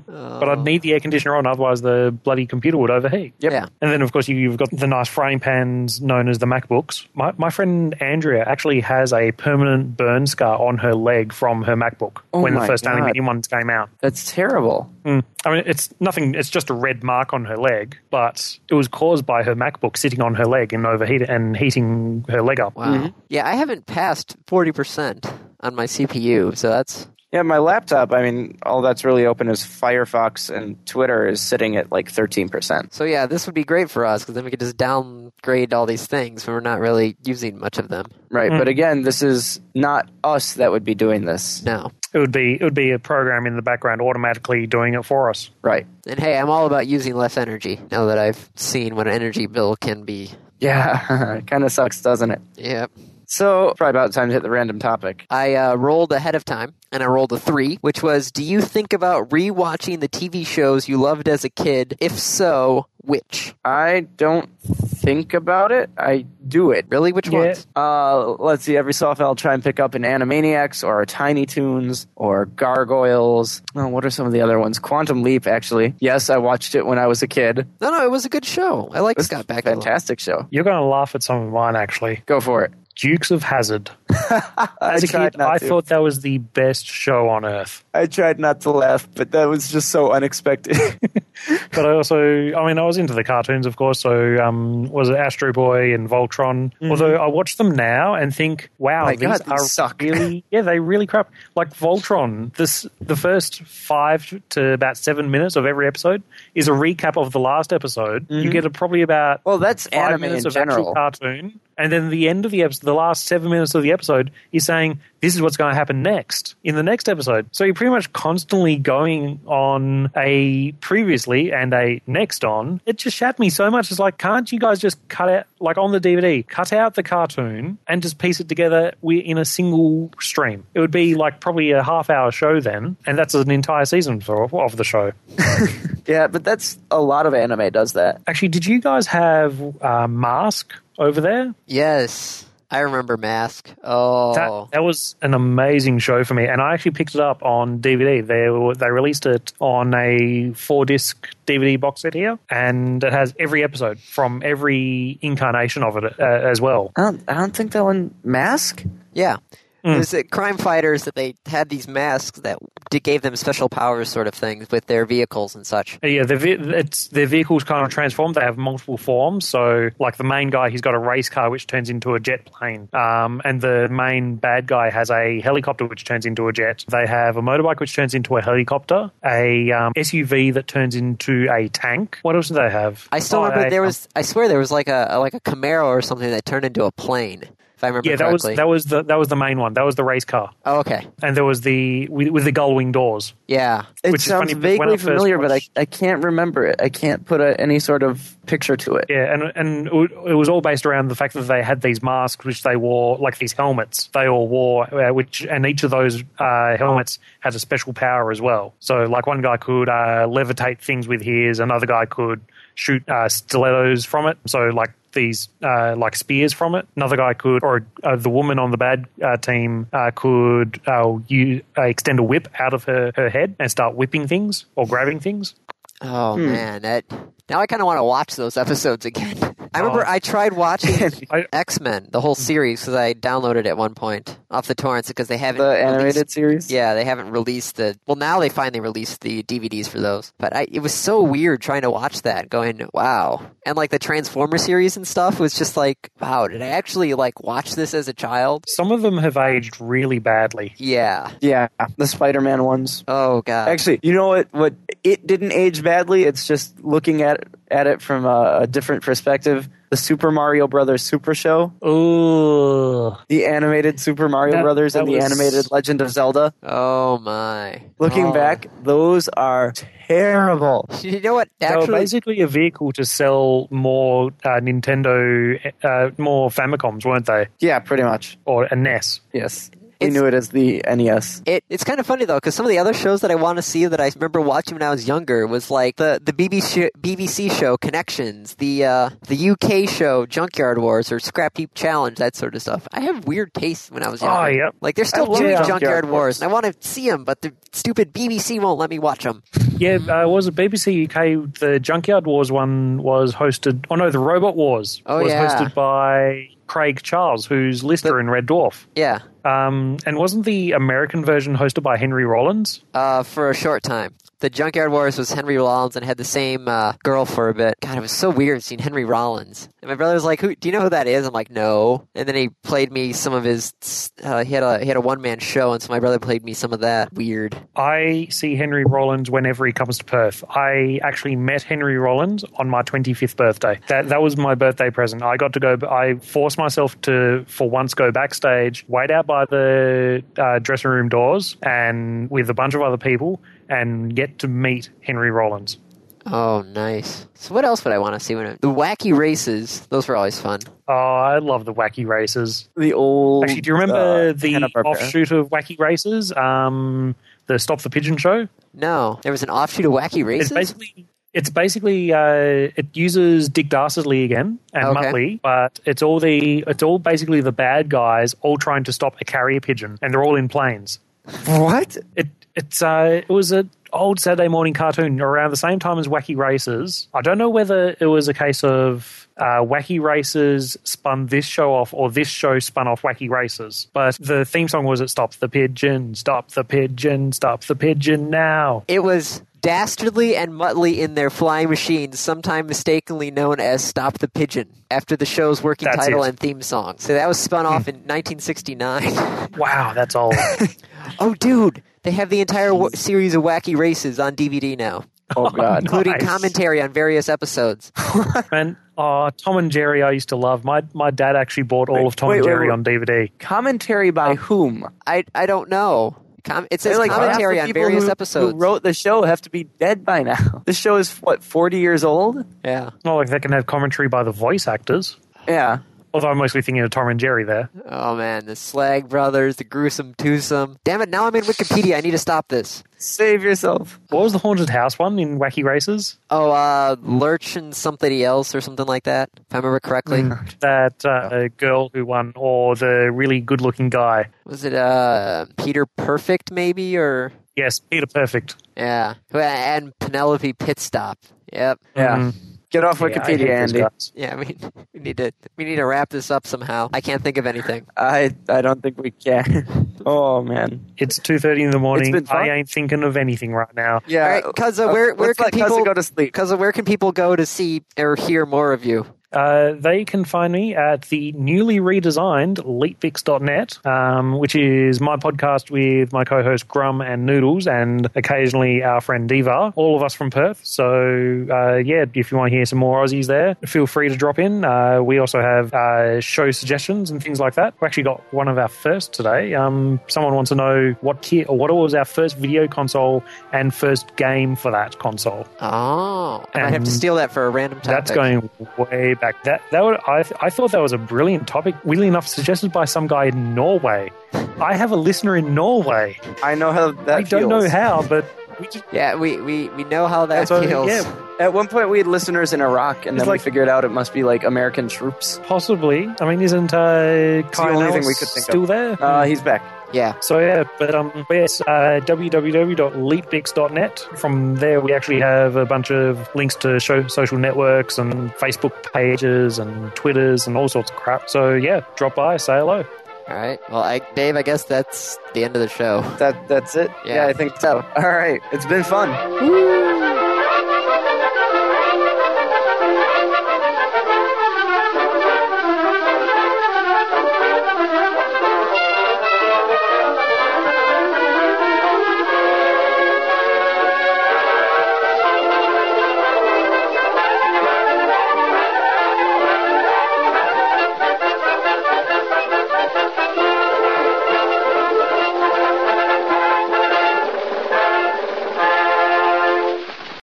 S3: But I'd need the air conditioner on, otherwise the bloody computer would overheat.
S2: Yep.
S1: Yeah.
S3: And then, of course, you- you've got the nice frying pans known as the MacBooks. My, my friend Andrea actually has a permanent burn scar on her leg from her MacBook
S2: Oh
S3: when the
S2: my
S3: first
S2: God.
S3: Aluminium ones came out.
S2: That's terrible.
S3: Mm. I mean, it's nothing. It's just a red mark on her leg, but it was caused by her MacBook sitting on her leg and overheating and heating her leg up.
S1: Wow. Yeah, I haven't passed forty percent on my CPU, so that's
S2: Yeah, my laptop, I mean, all that's really open is Firefox and Twitter is sitting at like 13%.
S1: So yeah, this would be great for us because then we could just downgrade all these things when we're not really using much of them.
S2: Right. But again, this is not us that would be doing this.
S1: No.
S3: It would be it would be a program in the background automatically doing it for us.
S2: Right.
S1: And hey, I'm all about using less energy now that I've seen what an energy bill can be.
S2: Yeah. it kind of sucks, doesn't it?
S1: Yep.
S2: So, probably about time to hit the random topic.
S1: I uh, rolled ahead of time, and I rolled a three, which was: Do you think about rewatching the TV shows you loved as a kid? If so, which?
S2: I don't think about it. I do it.
S1: Really, which
S3: Yeah.
S1: ones?
S2: Uh, let's see. Every so often, I'll try and pick up an Animaniacs or a Tiny Toons or Gargoyles. Oh, what are some of the other ones? Quantum Leap, actually. Yes, I watched it when I was a kid.
S1: No, no, it was a good show. I liked Scott Bakula.
S2: Fantastic show.
S3: You're going to laugh at some of mine, actually.
S2: Go for it.
S3: Dukes of Hazard. As
S2: I
S3: a
S2: tried
S3: kid,
S2: not
S3: I
S2: to.
S3: thought that was the best show on earth.
S2: I tried not to laugh, but that was just so unexpected.
S3: But I also, I mean, I was into the cartoons, of course. So um, was it Astro Boy and Voltron? Although I watch them now and think,
S2: Mm-hmm.
S3: wow,
S2: My
S3: these
S2: God, these
S3: are
S2: suck.
S3: really, yeah, they really crap. Like Voltron, this the first five to about seven minutes of every episode is a recap of the last episode.
S2: Mm-hmm.
S3: You get a, probably about
S2: well, that's
S3: five
S2: anime
S3: minutes
S2: in
S3: of actual
S2: general.
S3: cartoon, and then the end of the episode, the last seven minutes of the episode, is saying this is what's going to happen next in the next episode. So you're pretty much constantly going on a previously and a next on. It just shat me so much. It's like, can't you guys just cut out like on the DVD, cut out the cartoon and just piece it together we in a single stream? It would be like probably a half hour show then, and that's an entire season for, of the show.
S2: Yeah, but that's a lot of anime does that.
S3: Actually, did you guys have uh, Mask over there?
S1: Yes. I remember Mask. Oh,
S3: That, that was an amazing show for me, and I actually picked it up on DVD. They were, they released it on a four disc DVD box set here, and it has every episode from every incarnation of it uh, as well.
S2: I don't, I don't think that one mask.
S1: yeah.
S3: Hmm.
S1: It was uh, crime fighters that they had these masks that d- gave them special powers, sort of things, with their vehicles and such.
S3: Uh, Yeah, their ve- it's their vehicles kind of transform. They have multiple forms. So, like the main guy, he's got a race car which turns into a jet plane, um, and the main bad guy has a helicopter which turns into a jet. They have a motorbike which turns into a helicopter, a um, SUV that turns into a tank. What else do they have?
S1: I still
S3: Oh,
S1: remember
S3: they-
S1: there was. I swear there was like a a- like a Camaro or something that turned into a plane. If I remember
S3: Yeah, that was
S1: correctly.
S3: that was the that was the main one. That was the race car,
S1: oh, okay.
S3: and there was the with, with the gull wing doors.
S1: Yeah.
S2: It
S3: Which is
S2: sounds
S3: funny, because when
S2: vaguely
S3: I first
S2: familiar, but I,
S3: watched-
S2: I can't remember it. I can't put a, any sort of picture to it.
S3: Yeah, and and it w- it was all based around the fact that they had these masks, which they wore, like these helmets they all wore, uh, which and each of those uh, helmets has a special power as well. So, like one guy could uh, levitate things with his, another guy could shoot uh, stilettos from it. So, like these uh, like spears from it. Another guy could, or uh, the woman on the bad uh, team uh, could uh, you uh, extend a whip out of her her head and start whipping things or grabbing things.
S1: Oh
S2: Hmm.
S1: man, that now I kind of want to watch those episodes again. I remember I tried watching
S3: I-
S1: X Men the whole
S2: Hmm.
S1: series because I downloaded it at one point off the torrents because they haven't
S2: The
S1: released-
S2: animated series.
S1: Yeah, they haven't released the. Well, now they finally released the DVDs for those. But I, it was so weird trying to watch that, going, wow. And like the Transformer series and stuff was just like, wow, did I actually like watch this as a child?
S3: Some of them have aged really badly.
S1: Yeah.
S2: yeah. The Spider-Man ones.
S1: Oh god.
S2: Actually, you know what? What it didn't age badly. It's just looking at at it from a, a different perspective. The Super Mario Brothers Super Show,
S3: Ooh.
S2: the animated Super Mario
S3: That-
S2: Brothers, and
S3: that
S2: the
S3: was-
S2: animated Legend of Zelda.
S1: oh my.
S2: Looking
S1: Oh.
S2: back, those are terrible.
S1: you know what?
S3: They were
S1: Actually,
S3: basically a vehicle to sell more uh, Nintendo, uh, more Famicoms, weren't they?
S2: Yeah, pretty much.
S3: Or a E NES.
S2: Yes, we
S1: It's-
S2: knew it as the E NES.
S1: It, it's kind of funny though, because some of the other shows that I want to see that I remember watching when I was younger was like the the BBC BBC show Connections, the uh, the UK show Junkyard Wars or Scrap Heap Challenge, that sort of stuff. I have weird tastes when I was younger.
S3: Oh, yep.
S1: Like they're still
S2: I love
S1: doing Junkyard,
S2: Junkyard
S1: Wars,
S2: Wars.
S1: and I want to see them, but the stupid BBC won't let me watch them.
S3: Yeah, uh, was it BBC UK? The Junkyard Wars one was hosted. Oh no, the Robot Wars
S1: Oh,
S3: was
S1: yeah.
S3: hosted by Craig Charles, who's Lister in Red Dwarf.
S1: Yeah,
S3: Um, and wasn't the American version hosted by Henry Rollins?
S1: uh, for a short time. The Junkyard Wars was Henry Rollins and had the same uh, girl for a bit. God, it was so weird seeing Henry Rollins. And my brother was like, "Who? Do you know who that is?" I'm like, "No." And then he played me some of his. Uh, he had a he had a one man show, and so my brother played me some of that. Weird.
S3: I see Henry Rollins whenever he comes to Perth. I actually met Henry Rollins on my 25th birthday. That that was my birthday present. I got to go. I forced myself to, for once, go backstage, wait out by the uh, dressing room doors, and with a bunch of other people, and get to meet Henry Rollins.
S1: Oh, nice. So what else would I want to see? When I, the wacky races, those were always fun.
S3: Oh, I love the wacky races.
S2: The old.
S3: Actually, do you remember
S2: uh,
S3: the
S2: Hanna-Barbera.
S3: offshoot of wacky races? Um, the Stop the Pigeon show.
S1: No, there was an offshoot of wacky
S3: It's
S1: races.
S3: basically it's basically uh, it uses Dick Dastardly again and
S1: Okay.
S3: Muttley, but it's all the it's all basically the bad guys all trying to stop a carrier pigeon, and they're all in planes.
S2: What?
S3: It it's uh, it was a old Saturday morning cartoon around the same time as Wacky Races. I don't know whether it was a case of. Uh, Wacky Races spun this show off, or this show spun off Wacky Races. But the theme song was "It Stops the Pigeon, Stop the Pigeon, Stop the Pigeon Now."
S1: It was Dastardly and Muttley in their flying machines, sometime mistakenly known as Stop the Pigeon, after the show's working
S3: That's
S1: title
S3: it.
S1: and theme song. So that was spun
S2: Hmm.
S1: off in 1969.
S3: Wow, that's old.
S1: oh, dude, they have the entire w- series of Wacky Races on DVD now,
S2: Oh God.
S1: including
S3: Nice.
S1: commentary on various episodes.
S3: And uh, Tom and Jerry, I used to love. My my dad actually bought all of Tom
S2: wait,
S3: and
S2: wait,
S3: Jerry
S2: wait.
S3: on DVD.
S2: Commentary by whom?
S1: I, I don't know. Com- it says
S2: Like, half the
S1: commentary on
S2: people
S1: various
S2: who,
S1: episodes.
S2: Who wrote the show have to be dead by now. This show is what forty years old.
S1: yeah.
S3: Not like they can have commentary by the voice actors.
S2: Yeah.
S3: Although I'm mostly thinking of Tom and Jerry there.
S1: Oh man, the Slag Brothers, the gruesome twosome. Damn it! Now I'm in Wikipedia. I need to stop this.
S2: Save yourself.
S3: What was the haunted house one in Wacky Races?
S1: Oh, uh, Lurch and somebody else or something like that. If I remember correctly,
S2: Mm-hmm.
S3: That uh, girl who won, or the really good-looking guy?
S1: was it uh Peter Perfect maybe or
S3: Yes, Peter Perfect.
S1: yeah? And Penelope Pitstop. Yep.
S2: Yeah.
S3: Mhm.
S2: Get off
S3: Yeah, I hate
S2: Wikipedia,
S3: those
S2: Andy.
S3: guys.
S1: Yeah, we, we need to we need to wrap this up somehow. I can't think of anything.
S2: I I don't think we can. oh man.
S3: It's two thirty in the morning.
S2: been fun.
S3: I ain't thinking of anything right now.
S2: Yeah.
S1: All right, Kaza,
S2: uh,
S1: where where
S2: let's
S1: can
S2: let Kaza
S1: people
S2: go to sleep?
S1: Kaza, where can people go to see or hear more of you?
S3: Uh, they can find me at the newly redesigned leapfix.net, um, which is my podcast with my co host Grum and Noodles and occasionally our friend Diva, all of us from Perth. So, uh, yeah, if you want to hear some more Aussies there, feel free to drop in. Uh, we also have uh, show suggestions and things like that. We actually got one of our first today. Um, someone wants to know what, ki- or what was our first video console and first game for that console.
S1: Oh, I might have to
S3: Um,
S1: steal that for a random topic.
S3: That's going way back. That that would I I thought that was a brilliant topic. Weirdly enough, suggested by some guy in Norway. I have a listener in Norway.
S2: I know how that
S3: I don't know
S2: feels.
S3: how, but we just
S1: Yeah, we, we, we know how that
S3: That's what-
S1: feels.
S3: yeah.
S2: At one point, we had listeners in Iraq, and
S3: It's
S2: then
S3: like-
S2: we figured out it must be like American troops.
S3: possibly. I mean, isn't uh, Kyle
S2: only thing
S3: Ellis
S2: we could think of.
S3: still there?
S2: Uh, he's back.
S1: Yeah.
S3: So yeah, but um, but yes, uh, www.leapbix.net. From there, we actually have a bunch of links to show social networks and Facebook pages and Twitters and all sorts of crap. So yeah, drop by, say hello.
S1: All right. Well, I, Dave, I guess that's the end of the show.
S2: That that's it.
S1: Yeah.
S2: yeah I think so. All right, it's been fun.
S1: Woo!